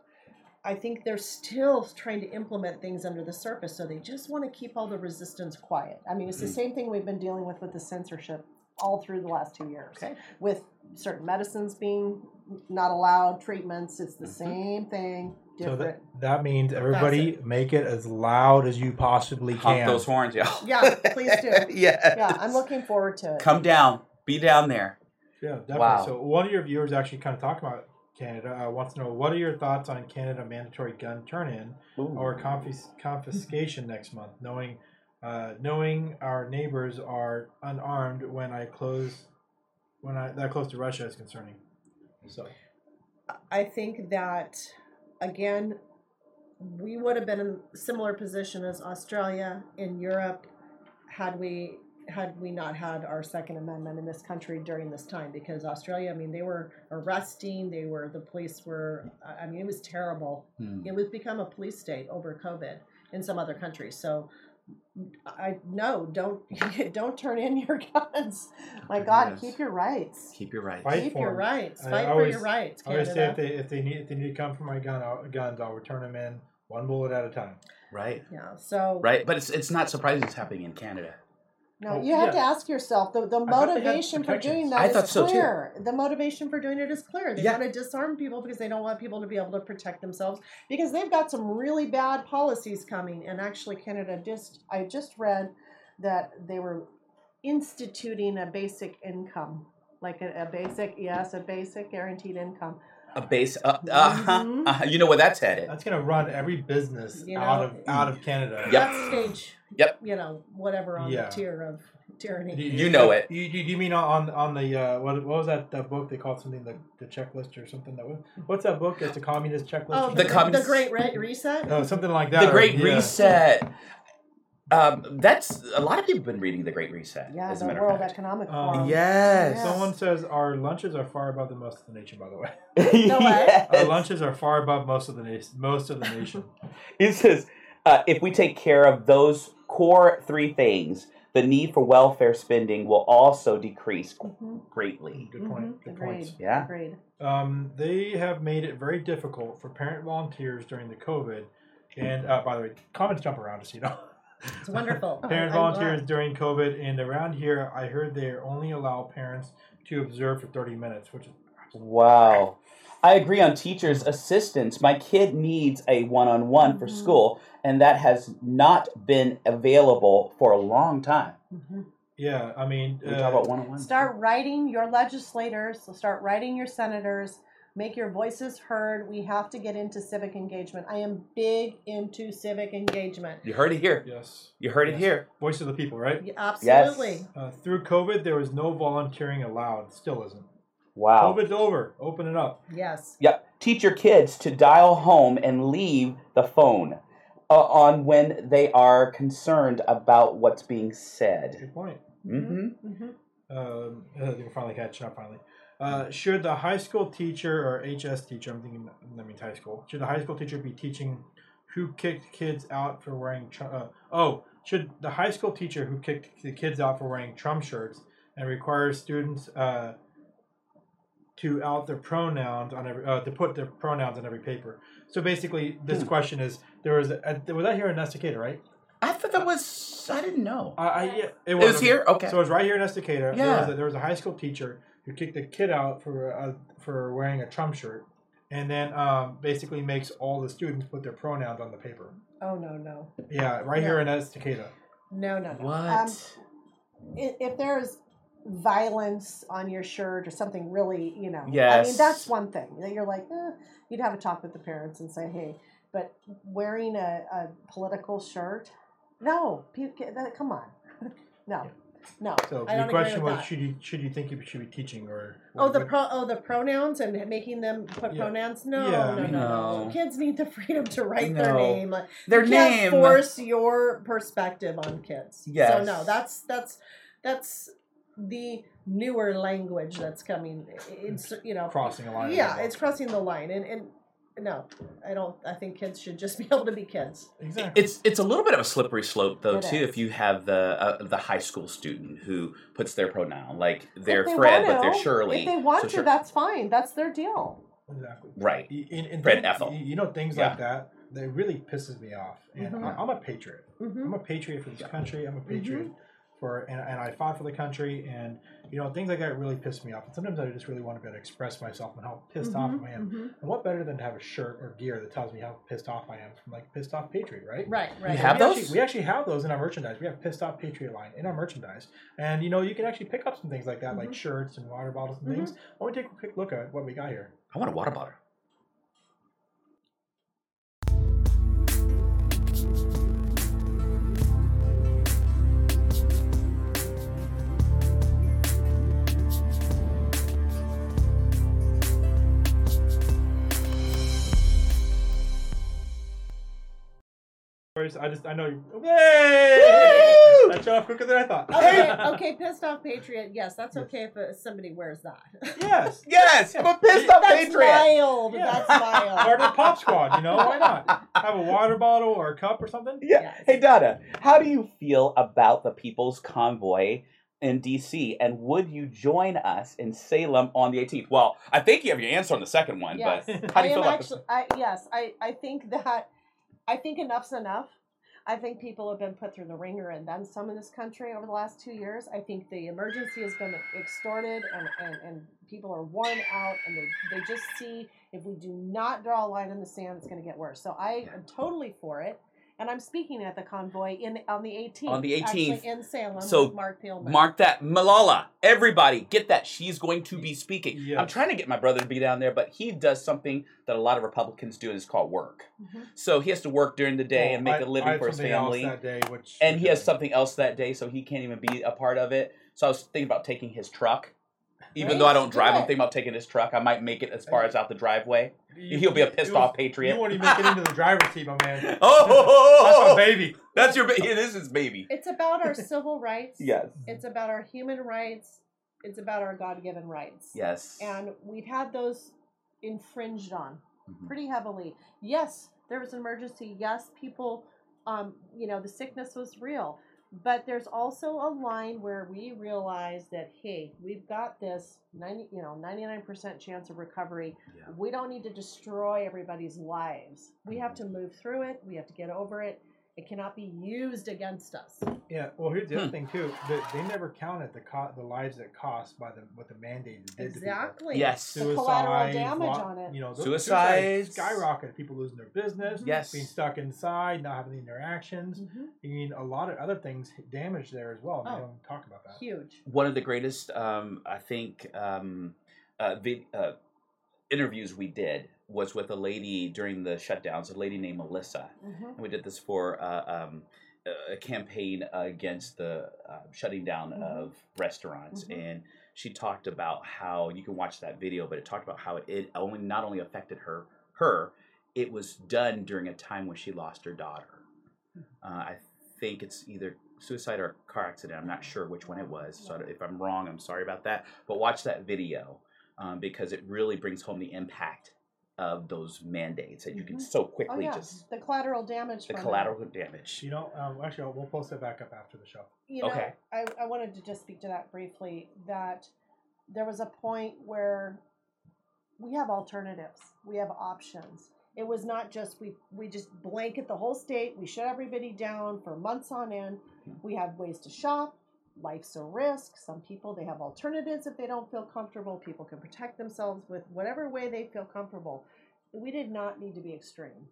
I think they're still trying to implement things under the surface, so they just want to keep all the resistance quiet. I mean, it's the same thing we've been dealing with with the censorship all through the last two years, Okay. with certain medicines being not allowed, treatments. It's the same thing, So different. that, that means everybody make it as loud as you possibly Honk can. those horns, y'all. Yeah, please do. yeah. yeah, I'm looking forward to it. Come down. Be down there. Yeah, definitely. Wow. So one of your viewers actually kind of talked about Canada. Uh, wants to know what are your thoughts on Canada mandatory gun turn-in or confis- confiscation next month? Knowing, uh, knowing our neighbors are unarmed when I close, when I that close to Russia is concerning. So I think that again, we would have been in a similar position as Australia in Europe had we had we not had our Second Amendment in this country during this time. Because Australia, I mean, they were arresting, they were the police were. I- I mean, it was terrible. Hmm. It was become a police state over COVID in some other countries. So. I no, don't don't turn in your guns. My God, Yes. keep your rights. Keep your right. Fight Keep for your 'em. rights. I Fight always- for your rights, I always say Canada. if they if they need if they need to come for my gun I'll, guns, I'll return them in one bullet at a time. Right. yeah. So Right. But it's, it's not surprising it's happening in Canada. no, Oh, you have to yeah. ask yourself the, the thought they had motivation for doing protections. that I is thought so, too. clear. The motivation for doing it is clear. They Yeah. want to disarm people because they don't want people to be able to protect themselves because they've got some really bad policies coming. And actually, Canada just I just read that they were instituting a basic income, like a, a basic yes, a basic guaranteed income. A base. Uh, uh-huh, Mhm. uh-huh. You know where that's headed. That's gonna run every business You know, out of out of Canada. Yep. That stage, Yep. you know, whatever on Yeah. the tier of tyranny. You know it. You, you, you mean on on the uh, what, what was that, that book they called something the, the checklist or something that was what's that book that's a communist checklist? or Oh, The the, something? communist- Great Re- Reset. no, something like that. the Great Yeah. Reset. Um, that's a lot of people have been reading the Great Reset. Yeah, as the a matter World of fact. Economic Um, Forum. Yes. Yeah. Someone says our lunches are far above the most of the nation. By the way, No way. our lunches are far above most of the nation. Most of the nation. It says, uh, if we take care of those core three things, the need for welfare spending will also decrease Mhm. greatly. Good point. Mhm, Good agreed. points. Yeah. Agreed. Um, they have made it very difficult for parent volunteers during the COVID. And uh, by the way, comments jump around, just so you know. It's wonderful. parent I'm glad. volunteers during COVID, and around here, I heard they only allow parents to observe for 30 minutes, which is Wow. I agree on teachers' assistance. My kid needs a one on one for Mhm. school, and that has not been available for a long time. Mhm. yeah. I mean, We talk uh, about one on one. Start writing your legislators, so start writing your senators, make your voices heard. We have to get into civic engagement. I am big into civic engagement. You heard it here. yes, You heard it Yes. here. voice of the people, right? Yeah, Absolutely. Uh, through COVID, there was no volunteering allowed. Still isn't. Wow. COVID's over. Open it up. Yes. Yep. Teach your kids to dial home and leave the phone uh, on when they are concerned about what's being said. Good point. Mm-hmm. hmm Mhm. Um, uh, they're finally catching up. Finally, uh, should the high school teacher or HS teacher? I'm thinking that means high school. Should the high school teacher be teaching who kicked kids out for wearing? tr- Uh, oh, should the high school teacher who kicked the kids out for wearing Trump shirts and requires students uh, to out their pronouns on every uh, to put their Hmm. uh, pronouns on every paper? So basically, this question is: there was a, was that here in Estacada, right? I thought that was. I didn't know. I, I, yeah, it was here? Okay. So it was right here in Estacada. There, Yeah. was a, there was a high school teacher who kicked a kid out for uh, for wearing a Trump shirt, and then um, basically makes all the students put their pronouns on the paper. Oh no no Yeah, right here in Estacada. no no no. What? Um, i- if there is violence on your shirt or something really, you know, I mean Yes. that's one thing that you're like, eh, you'd have a talk with the parents and say, hey, but wearing a, a political shirt, no, pe- get that- come on, no, no. So I the don't question agree with was, that. should you should you think you should be teaching or? Oh, the what- pro- oh the pronouns and making them put Yeah. pronouns. No, Yeah, no, no, no, no. Kids need the freedom to write their No. name. Like, Their you can't name. force your perspective on kids. So Yes. no, that's that's that's the newer language that's coming. It's you know, crossing a line. yeah, it's crossing the line, and and no, I don't. I think kids should just be able to be kids. exactly. It's it's a little bit of a slippery slope though It too is. if you have the uh, the high school student who puts their pronoun like they're If they Fred want but they're to, Shirley If they want so to, Shir- that's fine. That's their deal. exactly. right You- you- and Fred things- Ethel. You, you know things like that. That really pisses me off. And Mhm. I, I'm a patriot. hmm I'm a patriot for this country. I'm a patriot for, and, and I fought for the country. And you know, things like that really piss me off. And sometimes I just really want to be able to express myself and how pissed Mm-hmm. off I am. And what better than to have a shirt or gear that tells me how pissed off I am from like pissed off patriot, right? Right, right. have we those? Actually, we actually have those in our merchandise. We have pissed off Patriot line in our merchandise, and you know you can actually pick up some things like that, like shirts and water bottles and things. Why don't we take a quick look at what we got here? I want a water bottle First, I just I know you. Yay! That showed up quicker than I thought. Okay, okay, pissed off patriot. Yes, that's okay if uh, somebody wears that. yes. yes I'm a pissed off That's patriot wild. Yeah. That's wild. Part of the pop squad, you know? Why not? Have a water bottle or a cup or something. Yeah. Yes. Hey, Donna, how do you feel about the People's Convoy in D.C. and would you join us in Salem on the 18th? Well, I think you have your answer on the second one yes. but how do you I feel am about actually, I, yes, I, I think that I think enough's enough. I think people have been put through the ringer and then some in this country over the last two years. I think the emergency has been extorted and, and, and people are worn out and they, they just see if we do not draw a line in the sand, it's going to get worse. So I am totally for it. And I'm speaking at the convoy in on the 18th. On the 18th. Actually in Salem So, with Mark Peelman. Mark that. Malala, everybody, get that. She's going to be speaking. I'm Yes. trying to get my brother to be down there, but he does something that a lot of Republicans do, and it's called work. Mhm. So he has to work during the day Well, and make I- a living I had for his something else family. that day, which And he has something else that day, so he can't even be a part of it. So I was thinking about taking his truck. Even Right, though I don't do drive, I'm it. thinking about taking his truck. I might make it as far as out the driveway. You- He'll be a you- pissed you- off patriot. You won't even make it into the driver's seat, my man. That's oh, my baby. that's your baby. This is baby. It's about our civil rights. yes. It's about our human rights. It's about our God given rights. Yes. And we've had those infringed on Mhm. pretty heavily. Yes, there was an emergency. Yes, people, um, you know, the sickness was real. But there's also a line where we realize that, hey, we've got this 90, you know, 99% chance of recovery. Yeah. We don't need to destroy everybody's lives. We have Mm-hmm. to move through it. We have to get over it. It cannot be used against us. Yeah. Well, here's the other Hmm. thing too. That they never counted the co- the lives that cost by the what the mandate did to people. Exactly. Yes. The collateral Suicide, damage lo- on it. You know, those- Suicides. Mm-hmm. skyrocket. People losing their business, Yes. being stuck inside, not having the interactions. Mhm. I mean, a lot of other things damaged there as well. and Oh. They don't talk about that. Huge. one of the greatest, um, I think, um, uh, vid- uh, interviews we did was with a lady during the shutdowns, a lady named Melissa. Mhm. And we did this for uh, um, a- a campaign against the uh, shutting down Mhm. of restaurants. Mhm. And she talked about how you can watch that video, but it talked about how it only not only affected her, her, it was done during a time when she lost her daughter. Hmm. Uh, I think it's either suicide or car accident. I'm not sure which one it was. So I don't- if I'm wrong, I'm sorry about that. But watch that video um, because it really brings home the impact of those mandates that you can Mhm. so Oh quickly yeah, just the collateral damage. the from it. collateral damage. You know, um, actually, I'll- we'll post that back up after the show. You know, Okay. I, I wanted to just speak to that briefly. That there was a point where we have alternatives, we have options, It was not just we we just blanket the whole state. We shut everybody down for months on end. We have ways to shop. Life's a risk. Some people they have alternatives if they don't feel comfortable. People can protect themselves with whatever way they feel comfortable. We did not need to be extreme.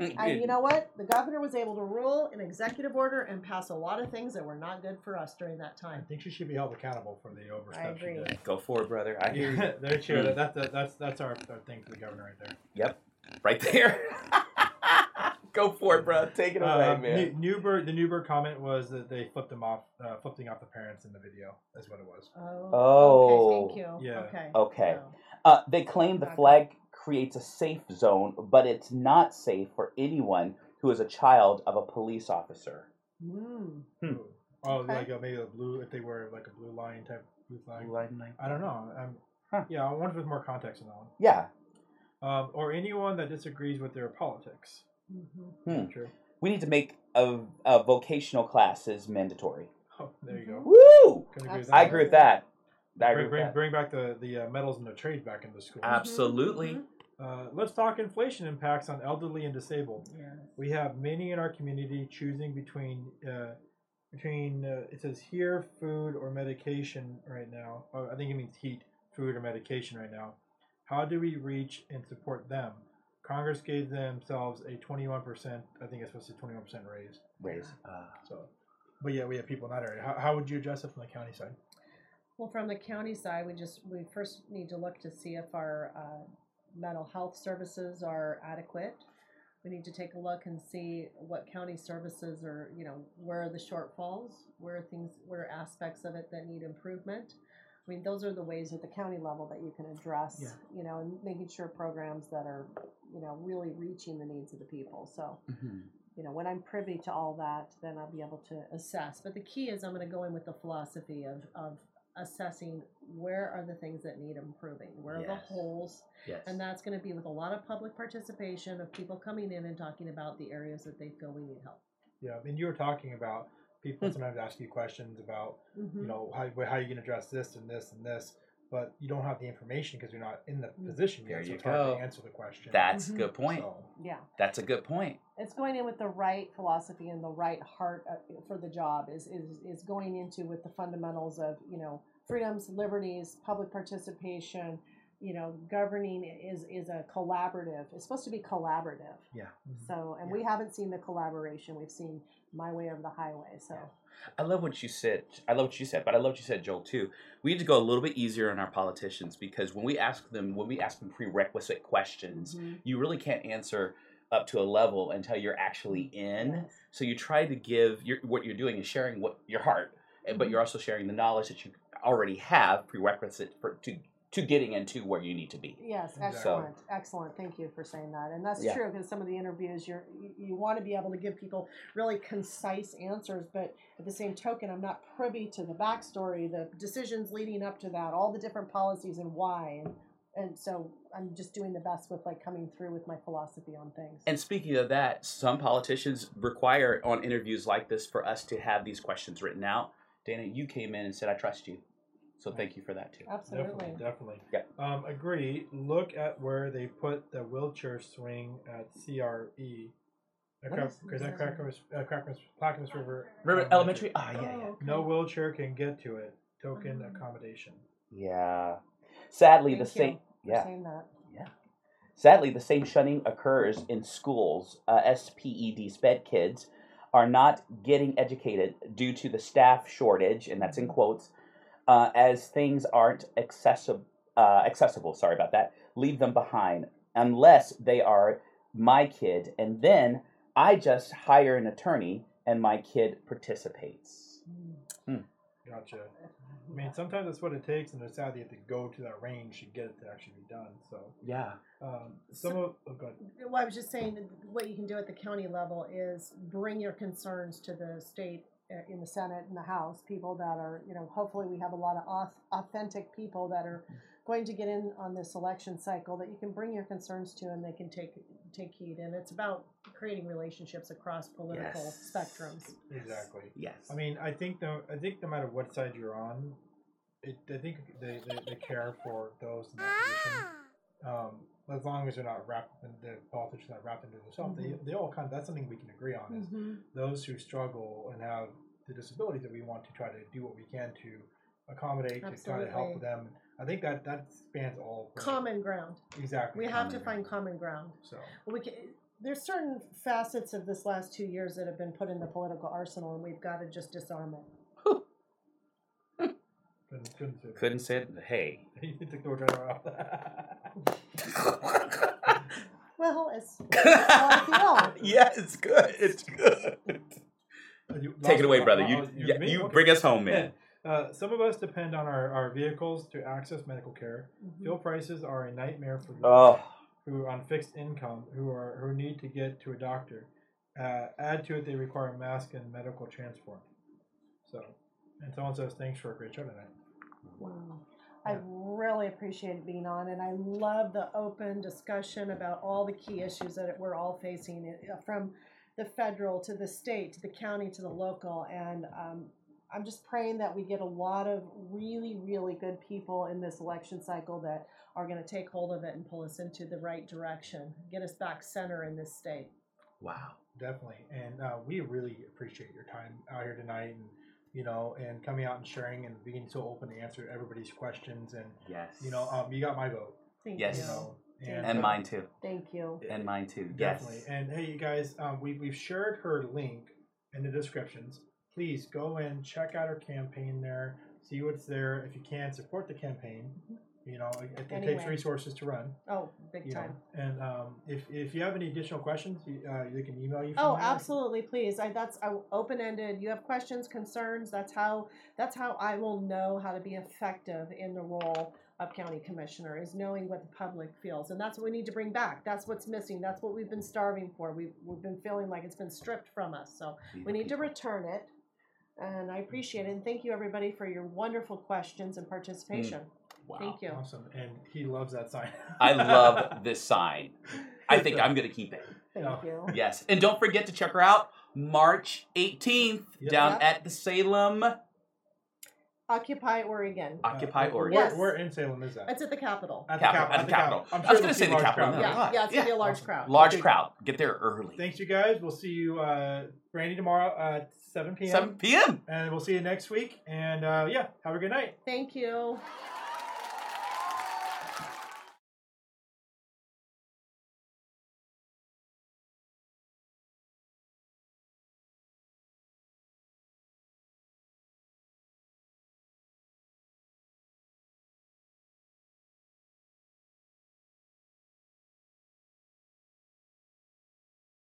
And you know what? The governor was able to rule an executive order and pass a lot of things that were not good for us during that I time. think she should be held accountable for the overstep she agree. did. Go forward, brother. I hear you. Yeah, there, sure. Mm. That, that, that, that's that's our, our thing for the governor right there. Yep. Right there. Go for it, bro. Take it away, Uh, man. New- Newberg, the Newberg comment was that they flipped them off, uh, flipping off the parents in the video. That's what it was. Oh. Oh. Okay, thank you. Yeah. Okay. Okay. So, Uh, they claim the Okay. flag creates a safe zone, but it's not safe for anyone who is a child of a police officer. mm. Hmm. Oh, Okay. like uh, maybe a blue if they were like a blue lion type blue flag. I don't know. Um Yeah, I wonder if there's more context in that one. Yeah, Um, or anyone that disagrees with their politics. hmm Hmm. True. we need to make a, a vocational classes mandatory. Oh, there you go. Woo! Couldn't agree with I that. agree with that. I agree Bring, with bring, that. Ah, bring back the the uh, medals and the trade back into school. Mm-hmm, Absolutely. Uh, let's talk inflation impacts on elderly and disabled. We have many in our community choosing between uh, between uh, it says here food or medication right now. Oh, I think it means heat, food or medication right now. How do we reach and support them? Congress gave themselves a 21%. I think it's supposed to be 21% raise. Raise. Uh, Mm-hmm. So, but yeah, we have people in that area. How, how would you address it from the county side? Well, from the county side, we just, we first need to look to see if our uh, mental health services are adequate. We need to take a look and see what county services are, you know, where are the shortfalls, where are things, where are aspects of it that need improvement. I mean, those are the ways at the county level that you can address, Yeah. you know, and making sure programs that are, you know, really reaching the needs of the people. So, you know, when I'm privy to all that, then I'll be able to assess. But the key is I'm going to go in with the philosophy of, of assessing where are the things that need improving, where are the Yes. holes. Yes. And that's going to be with a lot of public participation of people coming in and talking about the areas that they feel we need help. Yeah, I mean, you were talking about people sometimes ask you questions about Mm-hmm. Mm-hmm. you know how, well, how you can address this and this and this but you don't have the information because you're not in the Mm. position There yet so you it's hard go. to answer the question That's a Mhm. good point. So, Yeah. That's a good point. It's going in with the right philosophy and the right heart uh, for the job is, is, is going into with the fundamentals of, you know, freedoms, liberties, public participation, you know, governing is, is a collaborative. It's supposed to be collaborative. yeah So, and Mm-hmm. Yeah. we haven't seen the collaboration. We've seen My Way over the Highway. So, I love what you said. I love what you said, but I love what you said, Joel, too. We need to go a little bit easier on our politicians because when we ask them, when we ask them prerequisite questions, Mm-hmm. you really can't answer up to a level until you're actually in. yes. So you try to give your, what you're doing is sharing what your heart, and- but you're also sharing the knowledge that you already have prerequisite for to to getting into where you need to be. Yes, Exactly. excellent, excellent. Thank you for saying that, and that's Yeah. true because some of the interviews you're, you you want to be able to give people really concise answers, but at the same token, I'm not privy to the backstory, the decisions leading up to that, all the different policies and why, and and so I'm just doing the best with like coming through with my philosophy on things. And speaking of that, some politicians require on interviews like this for us to have these questions written out. Dana, you came in and said, "I trust you," so thank you for that too. Absolutely. definitely Yeah. definitely um, agree look at where they put the wheelchair swing at CRE Uh, What Crack- is- is that Clackamas uh, Clackamas Clackamas River Remember elementary? Ah, yeah, yeah. no wheelchair can get to it token Mm. accommodation yeah. Sadly, the same. Thank you for Yeah. saying that. Sadly, the same shunning occurs in schools. Uh, SPED, SPED kids, are not getting educated due to the staff shortage, and that's in quotes, uh, as things aren't accessible. Uh, accessible. Sorry about that. Leave them behind unless they are my kid, and then I just hire an attorney, and my kid participates. gotcha I mean sometimes that's what it takes and it's sad that you have to go to that range to get it to actually be done so Yeah. um, some So- of oh, go ahead. Well, I was just saying, what you can do at the county level is bring your concerns to the state, uh, in the Senate and the House, people that are, you know, hopefully we have a lot of auth- authentic people that are going to get in on this election cycle that you can bring your concerns to and they can take, take heed. And it's about creating relationships across political Yes. spectrums. exactly Yes. I mean, I think no, I think no matter what side you're on, it, I think they, they, they care for those in that position. Um, as long as they're not wrapped, the politicians are not wrapped into themselves. They, they all kind of that's something we can agree on. Is those who struggle and have the disabilities that we want to try to do what we can to accommodate to try to help Absolutely. them. I think that that spans all Common ground. Exactly. We have to common find common ground. So We can, there's certain facets of this last two years that have been put in the political arsenal, and we've got to just disarm it. couldn't, couldn't say Couldn't say it. Hey. you took the word right out. Well, it's I feel. yeah, it's good. It's good. You- Take it away, lost- brother. oh, You, you- yeah, me? you Okay. bring us home, man. Uh, some of us depend on our, our vehicles to access medical care. Hmm. Mm-hmm. Fuel prices are a nightmare for Uh. Oh, those who are on fixed income who are who need to get to a doctor. Uh, add to it, they require mask and medical transport. So, and someone says, "Thanks for a great show tonight." Wow. I really appreciated being on, and I love the open discussion about all the key issues that we're all facing, eh, from the federal to the state to the county to the local. And um, I'm just praying that we get a lot of really, really good people in this election cycle that are going to take hold of it and pull us into the right direction, get us back center in this state. Wow. Definitely, and uh, we really appreciate your time out here tonight, and you know, and coming out and sharing and being so open to answer everybody's questions, and yes. you know, um, you got my vote. Thank Yes. You you. know, and uh, mine too. Thank you. And mine too. Definitely. Yes. And hey, you guys, um, we, we've shared her link in the descriptions. Please go in, check out her campaign there, see what's there. If you can, support the campaign. You know, it, it takes Anyway. resources to run. Oh, big You know. time. And um, if, if you have any additional questions, you, uh, they can email you. from Oh, there. absolutely, please. I, that's open ended. You have questions, concerns. That's how that's how I will know how to be effective in the role of county commissioner is knowing what the public feels, and that's what we need to bring back. That's what's missing. That's what we've been starving for. We've we've been feeling like it's been stripped from us. So we need to return it. And I appreciate it. And thank you everybody for your wonderful questions and participation. Wow. Thank you. Awesome. And he loves that sign. I love this sign. I think I'm going to keep it. Thank you. Yes. And don't forget to check her out March 18th Yep. Uh, down Yep. at the Salem Occupy Oregon. Occupy where- Oregon. Yes. Where, where in Salem is that? It's at the Capitol. At Capitol, Cap- at the Capitol. I'm I was sure we'll gonna see say the large Capitol, crowd. no. Yeah, yeah, it's gonna be a large Yeah. crowd. Large Okay. crowd. Get there early. Thanks, you guys. We'll see you, uh, Brandy, tomorrow at 7 p.m. 7 p.m. And we'll see you next week. And uh, yeah, have a good night. Thank you.